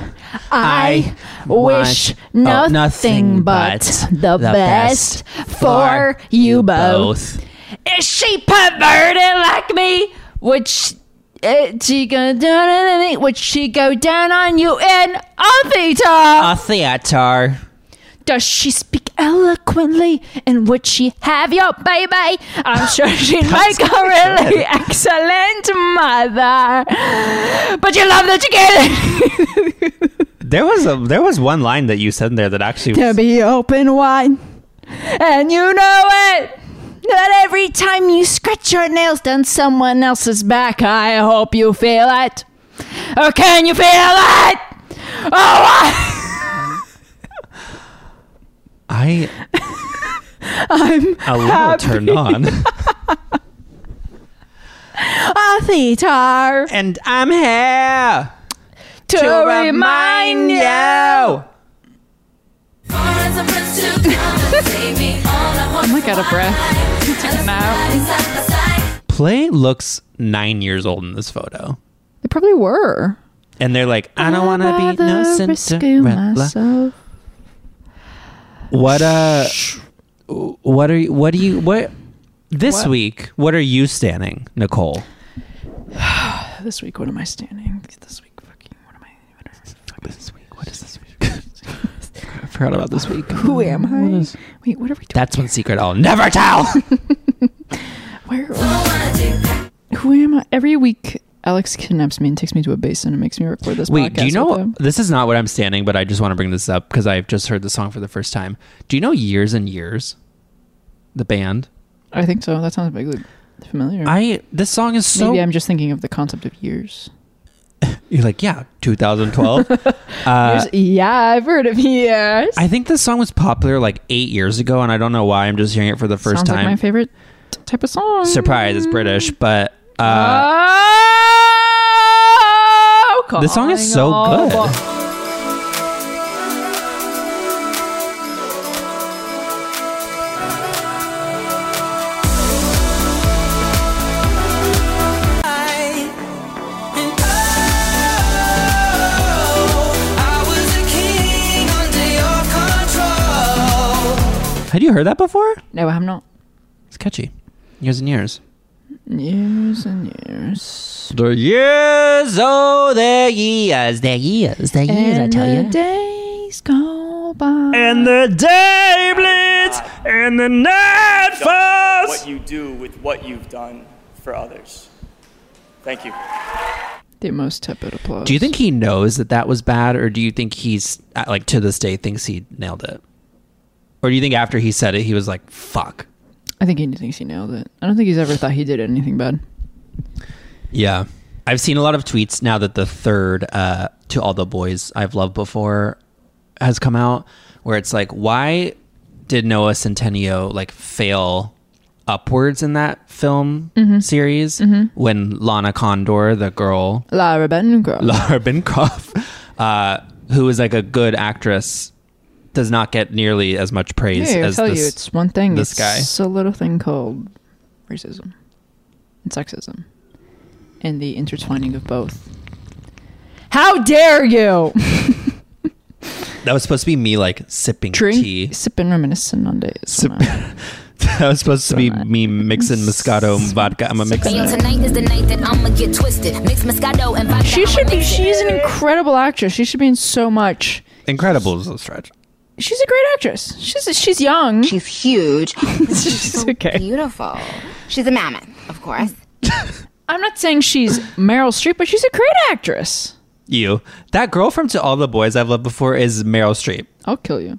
Speaker 1: I
Speaker 2: wish
Speaker 1: wish
Speaker 2: no-
Speaker 1: nothing, but the, best, for you both. Is she perverted like me? Would she, uh, she go down on me? Would she go down on you in a theater?
Speaker 2: A theater.
Speaker 1: Does she speak eloquently? And would she have your baby? I'm sure she'd
Speaker 20: That's
Speaker 1: <laughs> make a
Speaker 20: pretty
Speaker 1: Oh, really
Speaker 20: good.
Speaker 1: excellent mother. But you love that you get it.
Speaker 2: There was a there was one line that you said in there that actually was,
Speaker 1: to be open wide, and you know it. That every time you scratch your nails down someone else's back, I hope you feel it. Or can you feel it? Oh, I-
Speaker 2: I
Speaker 1: <laughs> I'm
Speaker 2: a little
Speaker 1: happy.
Speaker 2: turned
Speaker 1: <laughs>
Speaker 2: on.
Speaker 1: a theater.
Speaker 2: And I'm here
Speaker 1: to, remind you. <laughs>
Speaker 20: I'm
Speaker 1: like out of breath.
Speaker 2: Play looks nine years old in this photo.
Speaker 1: They probably were.
Speaker 2: and they're like, I don't want to be no
Speaker 1: Rather rescue
Speaker 2: Cinderella.
Speaker 1: myself.
Speaker 2: What uh, what are you? What do you? What this
Speaker 1: What?
Speaker 2: week? What are you standing, Nicole?
Speaker 1: This week, what am I standing? This week, fucking, what am I? What, this week? What is this week?
Speaker 2: I forgot about this week.
Speaker 1: Who am I? Wait, what are we?
Speaker 2: That's one secret I'll never
Speaker 1: <laughs>
Speaker 2: tell.
Speaker 1: Where? Who am I? Every week, Alex kidnaps me and takes me to a basin and makes me record this.
Speaker 2: Wait, do you
Speaker 1: podcast
Speaker 2: know
Speaker 1: with him.
Speaker 2: this is not what I'm standing, but I just want to bring this up because I've just heard the song for the first time. Do you know Years and Years, the band?
Speaker 1: I think so. That sounds vaguely familiar.
Speaker 2: I this song is so-
Speaker 1: Maybe I'm just thinking of the concept of years.
Speaker 2: You're like, yeah, 2012. uh,
Speaker 1: Years- yeah, I've heard of years.
Speaker 2: I think this song was popular like eight years ago, and I don't know why. I'm just hearing it for the first
Speaker 1: Sounds
Speaker 2: time.
Speaker 1: like my favorite t- type of song.
Speaker 2: Surprise, it's British, but uh,
Speaker 1: Oh,
Speaker 2: uh, This song is so
Speaker 1: calling
Speaker 2: good.
Speaker 1: all bo-
Speaker 2: had you heard that before?
Speaker 1: No, I'm not.
Speaker 2: It's catchy. Years and years.
Speaker 1: Years and years.
Speaker 2: The years, oh, the years, the years, the years. I
Speaker 1: And
Speaker 2: tell
Speaker 1: the
Speaker 2: you.
Speaker 1: days go by.
Speaker 2: And the day bleeds, and the night
Speaker 8: Don't What you do with what you've done for others. Thank you.
Speaker 1: The most tepid applause.
Speaker 2: Do you think he knows that that was bad, or do you think he's uh, like to this day thinks he nailed it, or do you think after he said it he was like, "Fuck,
Speaker 1: I think he thinks he nailed it. I don't think he's ever thought he did anything bad.
Speaker 2: yeah." I've seen a lot of tweets now that the third uh, to all the boys I've loved before has come out, where it's like, why did Noah Centineo like fail upwards in that film
Speaker 1: Mhm.
Speaker 2: series
Speaker 1: Mhm.
Speaker 2: when Lana Condor, the girl <laughs>
Speaker 1: Lara Bencroft.
Speaker 2: Laura Binkoff, uh, who is like a good actress, does not get nearly as much praise
Speaker 1: Hey, I
Speaker 2: as
Speaker 1: tell
Speaker 2: this,
Speaker 1: you, it's one thing.
Speaker 2: This guy.
Speaker 1: It's a little thing called racism and sexism and the intertwining of both. How dare you!
Speaker 2: That was supposed to be me like sipping
Speaker 1: Drink,
Speaker 2: tea. <laughs>
Speaker 1: sip, and reminiscent on days.
Speaker 2: that was supposed to be me mixing Moscato
Speaker 1: <laughs>
Speaker 2: and vodka. I'm a mixing.
Speaker 3: Yo, tonight is the night that I'ma get twisted. Mix Moscato and vodka.
Speaker 1: She
Speaker 3: I'ma
Speaker 1: should be.
Speaker 3: mix it.
Speaker 1: She's an incredible actress. She should be in so much.
Speaker 2: Incredible is a stretch.
Speaker 1: She's a great actress. She's she's
Speaker 2: <laughs>
Speaker 1: young. She's huge. she's okay.
Speaker 5: Beautiful. She's a mammoth, of course.
Speaker 1: I'm not saying she's Meryl Streep, but she's a great actress.
Speaker 2: You. That girl from To All the Boys I've Loved Before is Meryl Streep.
Speaker 1: I'll kill you.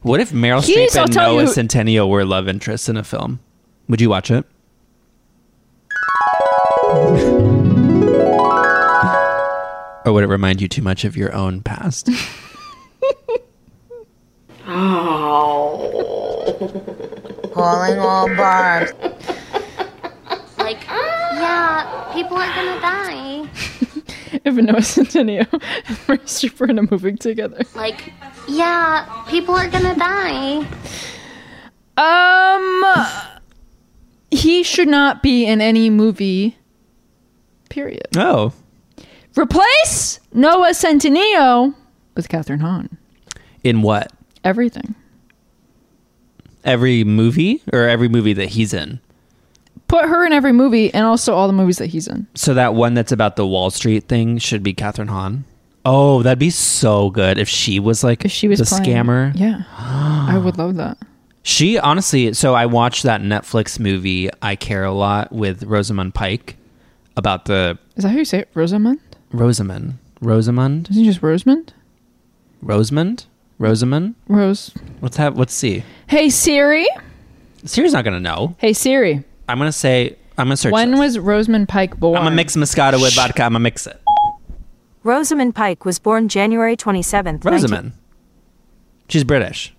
Speaker 2: What if Meryl
Speaker 1: Keys,
Speaker 2: Streep
Speaker 1: I'll
Speaker 2: and
Speaker 1: tell
Speaker 2: Noah
Speaker 1: you-
Speaker 2: Centineo were love interests in a film? Would you
Speaker 1: <laughs>
Speaker 2: watch it? or would it remind you too much of your own
Speaker 1: <laughs>
Speaker 2: past?
Speaker 5: Calling all bars.
Speaker 7: Like, yeah, people are gonna die.
Speaker 1: If Noah Centineo <laughs> and Meryl Streep were in a movie together.
Speaker 7: Like, yeah, people are gonna die.
Speaker 1: Um, he should not be in any movie. Period.
Speaker 2: Oh.
Speaker 1: Replace Noah Centineo with Catherine Hahn.
Speaker 2: In what?
Speaker 1: Everything.
Speaker 2: Every movie or every movie that he's in?
Speaker 1: Put her in every movie and also all the movies that he's in.
Speaker 2: So that one that's about the Wall Street thing should be Catherine Hahn. Oh, that'd be so good if she was like if she
Speaker 1: He was
Speaker 2: the
Speaker 1: playing-
Speaker 2: scammer. <gasps>
Speaker 1: Yeah. I would love that.
Speaker 2: She honestly, so I watched that Netflix movie I Care a Lot with Rosamund Pike about the
Speaker 1: Is that how you say it? Rosamund?
Speaker 2: Rosamund, Rosamund,
Speaker 1: Isn't it just Rosamund?
Speaker 2: Rosamund, Rosamund.
Speaker 1: Rose.
Speaker 2: Let's have let's see.
Speaker 1: Hey Siri.
Speaker 2: Siri's not gonna know.
Speaker 1: Hey Siri.
Speaker 2: I'm gonna say I'm gonna search.
Speaker 1: when was Rosamund Pike born?
Speaker 2: I'm gonna mix Moscato with vodka. I'm gonna mix it.
Speaker 10: Rosamund Pike was born January 27th. 19
Speaker 2: Rosamund. She's British,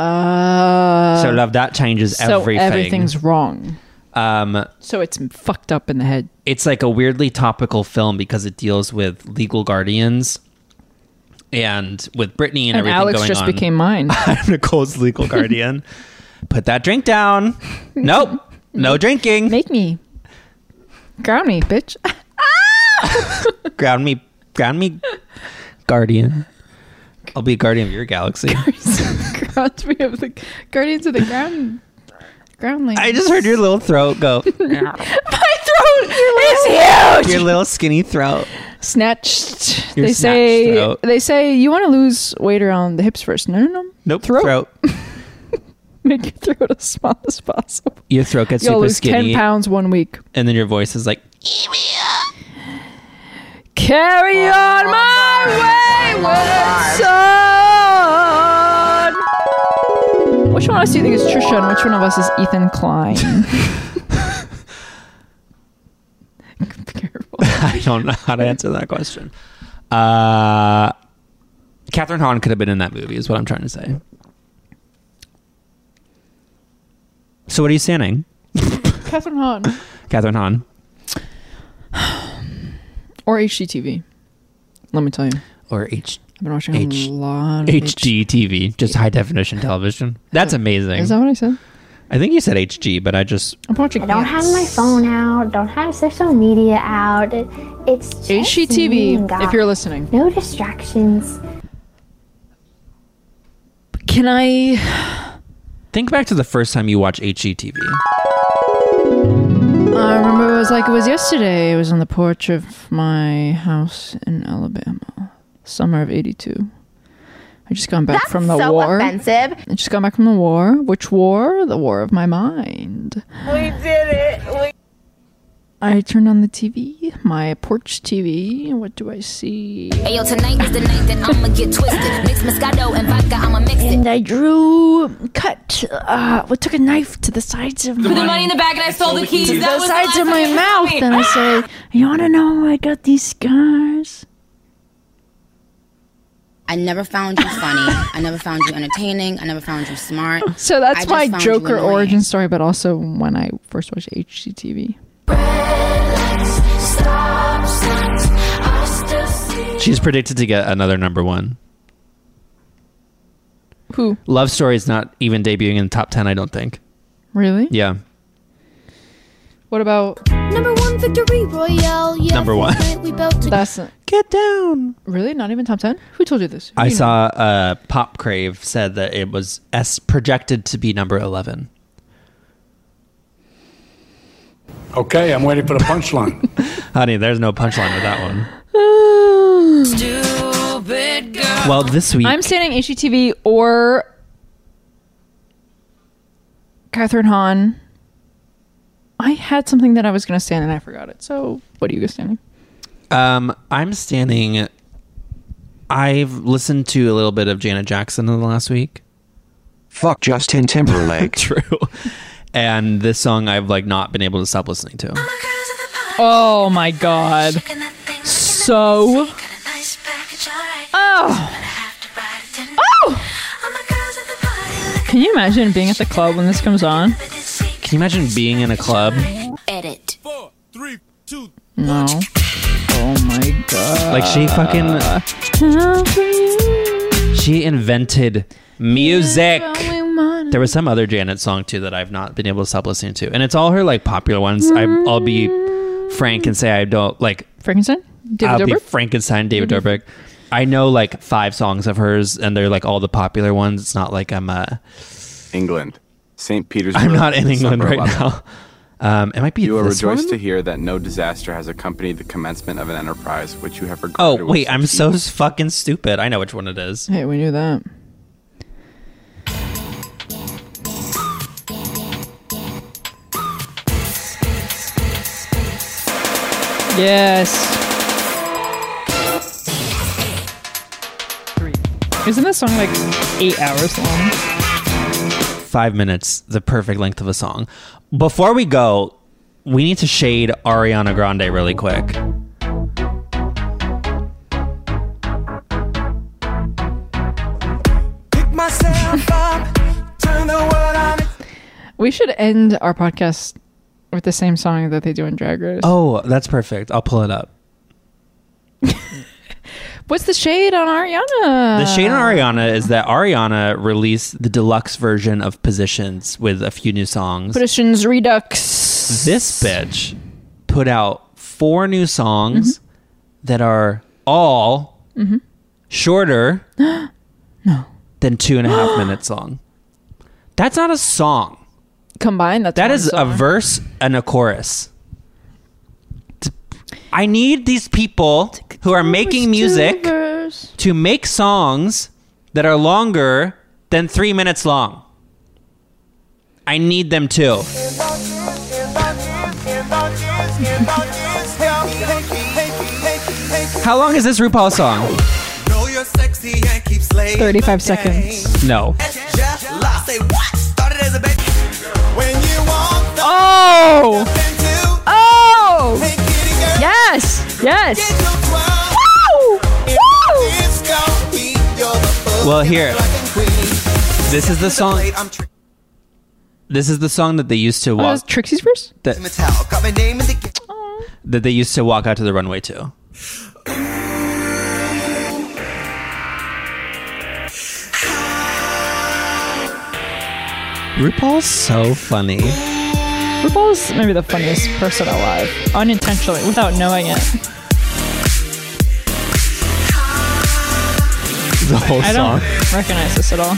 Speaker 1: Uh,
Speaker 2: so love that changes
Speaker 1: so
Speaker 2: everything.
Speaker 1: everything's wrong.
Speaker 2: Um,
Speaker 1: So it's fucked up in the head.
Speaker 2: it's like a weirdly topical film because it deals with legal guardians and with Britney and,
Speaker 1: And
Speaker 2: everything
Speaker 1: Alex
Speaker 2: going
Speaker 1: just
Speaker 2: on. <laughs>
Speaker 1: became mine.
Speaker 2: I'm Nicole's legal guardian. Put that drink down. Nope. No drinking.
Speaker 1: <laughs> Make me. Ground me, bitch.
Speaker 2: Ground me. Ground me, guardian. I'll be a guardian of your
Speaker 1: <laughs>
Speaker 2: galaxy.
Speaker 1: Grounds me of the Guardians of the Ground Groundlings. <laughs>
Speaker 2: I just heard your little throat go.
Speaker 1: my throat is huge.
Speaker 2: Your little skinny throat.
Speaker 1: snatched.
Speaker 2: Your
Speaker 1: they
Speaker 2: snatched
Speaker 1: say
Speaker 2: throat.
Speaker 1: they say you want to lose weight around the hips first. No, no, <laughs> no.
Speaker 2: Nope. Throat.
Speaker 1: Make your throat as small as possible.
Speaker 2: Your throat gets
Speaker 1: You'll
Speaker 2: super
Speaker 1: lose
Speaker 2: skinny,
Speaker 1: ten pounds one week.
Speaker 2: and then your voice is like,
Speaker 1: Carry on my wayward son. Which one of us do you think is Trisha, and which one of us is Ethan Klein?
Speaker 2: I don't know how to answer that question. Uh, Catherine Hahn could have been in that movie, is what I'm trying to say. So, what are you standing,
Speaker 1: Catherine Hahn
Speaker 2: Catherine Hahn?
Speaker 1: or HGTV? Let me tell you.
Speaker 2: Or H-
Speaker 1: I've been watching
Speaker 2: H-
Speaker 1: a lot of H-
Speaker 2: HGTV, just high definition television. That's amazing.
Speaker 1: Is that what I said?
Speaker 2: I think you said HG, but I just
Speaker 1: I'm watching.
Speaker 20: don't have my phone out. Don't have social media out. It- It's just me and
Speaker 1: HGTV.
Speaker 20: God.
Speaker 1: If you're listening,
Speaker 20: no distractions.
Speaker 1: can I?
Speaker 2: think back to the first time you watched HGTV.
Speaker 1: I remember it was like it was yesterday. It was on the porch of my house in Alabama, summer of '82. I just gone back
Speaker 21: That's
Speaker 1: from the
Speaker 21: so
Speaker 1: war.
Speaker 21: offensive.
Speaker 1: I just gone back from the war. Which war? The war of my mind.
Speaker 4: We did it. We-
Speaker 1: I turned on the TV, my porch TV. What do I see?
Speaker 3: Ayo, tonight is the night that I'ma get twisted. Mix Moscato and vodka, I'ma mix it.
Speaker 1: And I drew, cut, uh, what took a knife to the sides of
Speaker 3: Put the
Speaker 1: my-
Speaker 3: money in the bag and I stole the keys.
Speaker 1: To
Speaker 3: That
Speaker 1: the
Speaker 3: was the
Speaker 1: sides
Speaker 3: last
Speaker 1: of
Speaker 3: time
Speaker 1: my
Speaker 3: you saw
Speaker 1: mouth,
Speaker 3: me.
Speaker 1: and I say, "You want to know where I got these scars?"
Speaker 22: I never found you funny. I never found you entertaining. I never found you smart.
Speaker 1: So
Speaker 22: I
Speaker 1: that's
Speaker 22: just
Speaker 1: my
Speaker 22: found you
Speaker 1: Joker
Speaker 22: annoying.
Speaker 1: origin story, but also when I first watched HGTV.
Speaker 2: She's predicted to get another number one.
Speaker 1: Who?
Speaker 2: Love Story is not even debuting in the top 10, I don't think.
Speaker 1: Really?
Speaker 2: Yeah.
Speaker 1: What about
Speaker 7: Number one victory royale. Yeah,
Speaker 2: Number one.
Speaker 7: tonight we bout to
Speaker 1: that's
Speaker 2: get down.
Speaker 1: Really? Not even top ten? Who told you this? Who
Speaker 2: I
Speaker 1: do you
Speaker 2: saw uh, Pop Crave said that it was S projected to be number 11.
Speaker 16: Okay, I'm waiting for the punchline.
Speaker 2: Honey, there's no punchline with that one.
Speaker 1: Stupid girl.
Speaker 2: Well, this week,
Speaker 1: I'm standing HGTV or Catherine Hahn. I had something that I was going to stand and I forgot it. So what are you guys standing?
Speaker 2: um, I'm standing. I've listened to a little bit of Janet Jackson in the last week.
Speaker 11: Fuck Justin Timberlake.
Speaker 2: True. And this song I've like not been able to stop listening to.
Speaker 1: Oh my god. So. Oh. Oh. Can you imagine being at the club when this comes on?
Speaker 2: Can you imagine being in a club?
Speaker 22: Edit.
Speaker 1: No. Oh my god.
Speaker 2: Like she fucking she invented music. There was some other Janet song too that I've not been able to stop listening to, and it's all her like popular ones. I, I'll be frank and say I don't like
Speaker 1: Frankenstein? David
Speaker 2: I'll be
Speaker 1: Dobrik? Mm-hmm.
Speaker 2: Frankenstein, David Dobrik. I know like five songs of hers, and they're like all the popular ones. It's not like I'm uh,
Speaker 12: <laughs> England. St. Petersburg.
Speaker 2: I'm not in England
Speaker 12: December
Speaker 2: right
Speaker 12: 11th.
Speaker 2: now. Um, it might be
Speaker 12: You will
Speaker 2: this
Speaker 12: rejoice
Speaker 2: one?
Speaker 12: to hear that no disaster has accompanied the commencement of an enterprise which you have
Speaker 2: Oh
Speaker 12: regarded. with
Speaker 2: wait, I'm
Speaker 12: such
Speaker 2: so
Speaker 12: deep-
Speaker 2: s- fucking stupid. I know which one it is.
Speaker 1: Hey, we knew that. Yes. Isn't this song like eight hours long?
Speaker 2: five minutes, the perfect length of a song. Before we go, we need to shade Ariana Grande really quick.
Speaker 16: Pick myself up, turn the world on its
Speaker 1: We should end our podcast with the same song that they do in Drag Race.
Speaker 2: Oh, that's perfect. I'll pull it up.
Speaker 1: What's the shade on Ariana?
Speaker 2: The shade
Speaker 1: Uh-huh.
Speaker 2: on Ariana is that Ariana released the deluxe version of Positions with a few new songs.
Speaker 1: Petitions Redux.
Speaker 2: Hmm.
Speaker 1: Mm-hmm.
Speaker 2: This bitch put out four new songs that are all
Speaker 1: Mhm.
Speaker 2: shorter
Speaker 1: <gasps> No.
Speaker 2: than two and a
Speaker 1: <gasps>
Speaker 2: half minutes long. That's not a song.
Speaker 1: Combined, that's
Speaker 2: That
Speaker 1: one
Speaker 2: is a
Speaker 1: song.
Speaker 2: verse and a chorus. T- I need these people who are making music to make songs that are longer than three minutes long. I need them too. How long is this RuPaul song?
Speaker 16: Know you're sexy and keep slaying.
Speaker 1: 35 seconds.
Speaker 2: No.
Speaker 1: Oh! Oh! Yes! Yes! Woo!
Speaker 2: Well, here. This is the song. This is the song that they used to
Speaker 1: Oh, that was
Speaker 2: walk
Speaker 1: Trixie's verse?
Speaker 2: that, that they used to walk out to the runway to. RuPaul's so funny.
Speaker 1: RuPaul's maybe the funniest person alive, unintentionally, without knowing it.
Speaker 2: The whole
Speaker 1: I
Speaker 2: song.
Speaker 1: don't recognize this at all.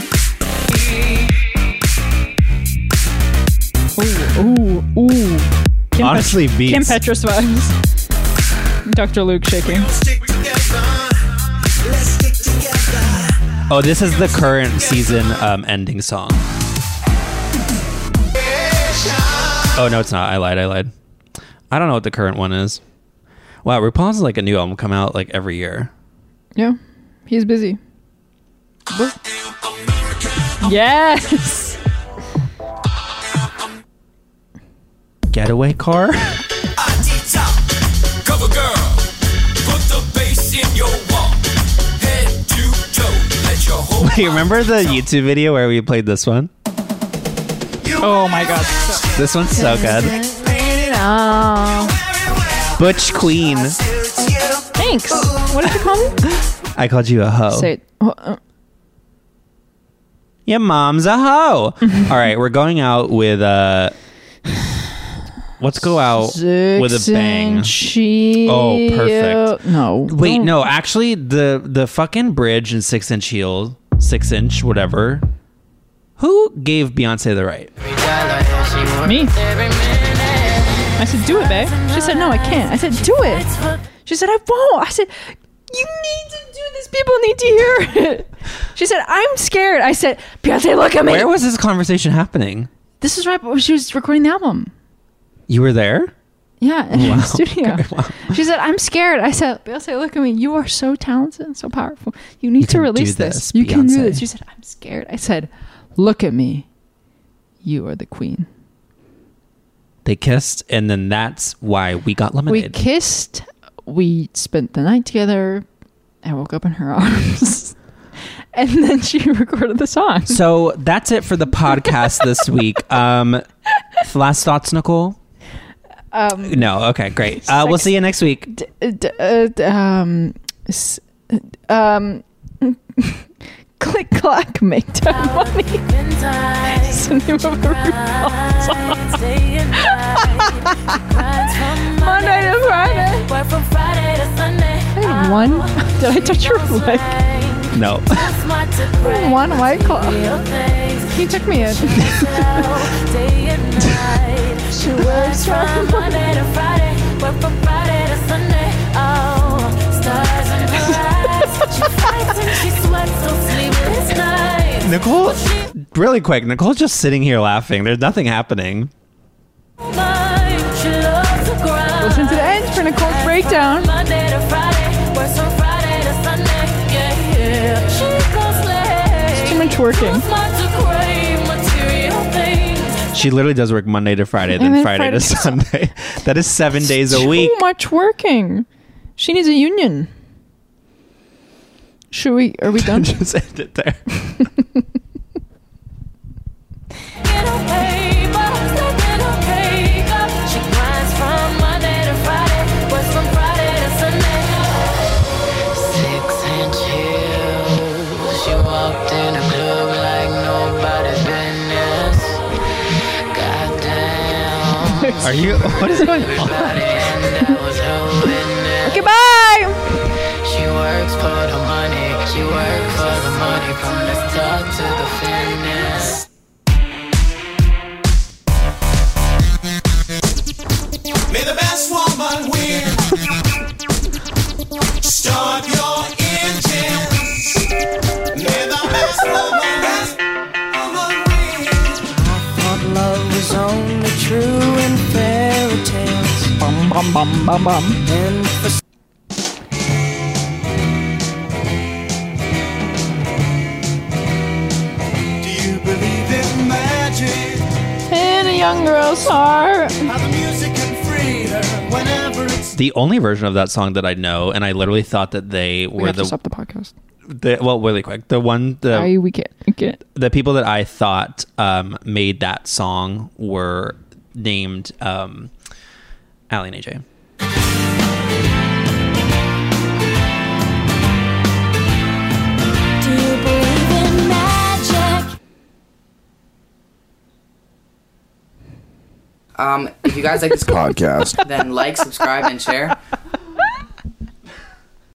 Speaker 1: Ooh, ooh, ooh. Kim
Speaker 2: Honestly,
Speaker 1: Pet-
Speaker 2: beats.
Speaker 1: Kim Petras vibes. Dr. Luke shaking.
Speaker 2: Oh, this is the current season um, ending song. Oh no, it's not. I lied. I lied. I don't know what the current one is. Wow, RuPaul's like a new album come out like every year.
Speaker 1: Yeah, he's busy. Boop. Yes!
Speaker 2: Getaway car. <laughs>
Speaker 16: Cover girl, put the bass in your wall. Head to toe, let your whole
Speaker 2: Wait, remember the YouTube video where we played this one?
Speaker 1: Oh my god.
Speaker 2: This one's so good.
Speaker 1: Oh.
Speaker 2: Butch Queen.
Speaker 1: Thanks. What did you call me?
Speaker 2: I called you a hoe.
Speaker 1: Say it. Oh, uh,
Speaker 2: Your mom's a hoe. All right, we're going out with uh <sighs> Let's go out with a bang.
Speaker 1: Six-inch
Speaker 2: Oh, perfect.
Speaker 1: heel- uh, No.
Speaker 2: Wait,
Speaker 1: don't-
Speaker 2: no, actually the the fucking bridge and six inch heel, six inch, whatever. Who gave Beyonce the right?
Speaker 1: Me. I said, do it, babe. She said, no, I can't. I said, do it. She said, I won't. I said, you need to do this. People need to hear it. She said, I'm scared. I said, Beyonce, look at me.
Speaker 2: Where was this conversation happening?
Speaker 1: This is right before she was recording the album.
Speaker 2: You were there?
Speaker 1: Yeah, in
Speaker 2: Wow.
Speaker 1: the <laughs> studio. She said, I'm scared. I said, Beyonce, look at me. You are so talented and so powerful. You need to
Speaker 2: can
Speaker 1: release
Speaker 2: do
Speaker 1: this.
Speaker 2: this,
Speaker 1: You can do
Speaker 2: Beyonce."
Speaker 1: this. She said, I'm scared. I said, look at me. You are the queen.
Speaker 2: They kissed and then that's why we got
Speaker 1: We
Speaker 2: lemonade.
Speaker 1: kissed. We spent the night together. I woke up in her <laughs> arms. and then she <laughs> recorded the song.
Speaker 2: so that's it for the podcast
Speaker 1: <laughs>
Speaker 2: this week. Um last thoughts, Nicole?
Speaker 1: Um,
Speaker 2: No, okay, great. Uh, we'll see you next week.
Speaker 1: d- d- uh, d- um, s- um, <laughs> click clack, make time money. It's the name of a RuPaul
Speaker 9: <laughs>
Speaker 1: song. Monday to Friday. Hey, one.
Speaker 9: Um,
Speaker 1: <laughs> Did I touch your leg?
Speaker 2: No.
Speaker 1: One white claw. He took me in.
Speaker 9: She works
Speaker 1: <laughs>
Speaker 9: from Monday to Friday, work from Friday to Sunday. Oh, stars in her eyes. She fights and she sweats, so sleepless nights.
Speaker 2: Nicole, really quick. Nicole's just sitting here laughing. There's nothing happening.
Speaker 9: She loves to grind.
Speaker 1: Listen to the end for Nicole's breakdown.
Speaker 9: Monday to Friday, works from Friday to Sunday. Yeah, yeah. She goes late.
Speaker 1: It's too much working.
Speaker 9: Too smart to crave material things.
Speaker 2: She literally does work Monday to Friday,
Speaker 1: And
Speaker 2: then,
Speaker 1: then
Speaker 2: Friday, to Sunday. <laughs> that is seven days a week.
Speaker 1: Too much working. She needs a union. Should we? Are
Speaker 2: <laughs>
Speaker 1: we done?
Speaker 2: just end it there.
Speaker 9: She grinds from Monday to Friday, works from Friday to Sunday. Six inch heels. She walked in a club like nobody's business. Goddamn.
Speaker 2: Are
Speaker 1: <laughs>
Speaker 2: you? What is going on?
Speaker 9: Everybody in there was her witness.
Speaker 1: Okay, bye.
Speaker 9: She works for the money. She works for the money. From the start to the finish.
Speaker 16: May the best woman win. Start your engines. May the best woman best woman win.
Speaker 9: Thought love was only true in fairy tales.
Speaker 13: Bum, bum, bum, bum, bum.
Speaker 9: And for
Speaker 16: Do you believe in magic?
Speaker 1: In a young girl's heart.
Speaker 16: How the music can free her whenever it's
Speaker 2: The only version of that song that I know, and I literally thought that they were
Speaker 1: We have
Speaker 2: the, Oh.
Speaker 1: to stop the podcast.
Speaker 2: the- well, really quick, the one the
Speaker 1: I, we can't. We can't.
Speaker 2: the people that I thought um, made that song were named um, Allie and AJ.
Speaker 7: Do you believe in magic?
Speaker 5: Um, if you guys like this podcast, then like, subscribe, and share.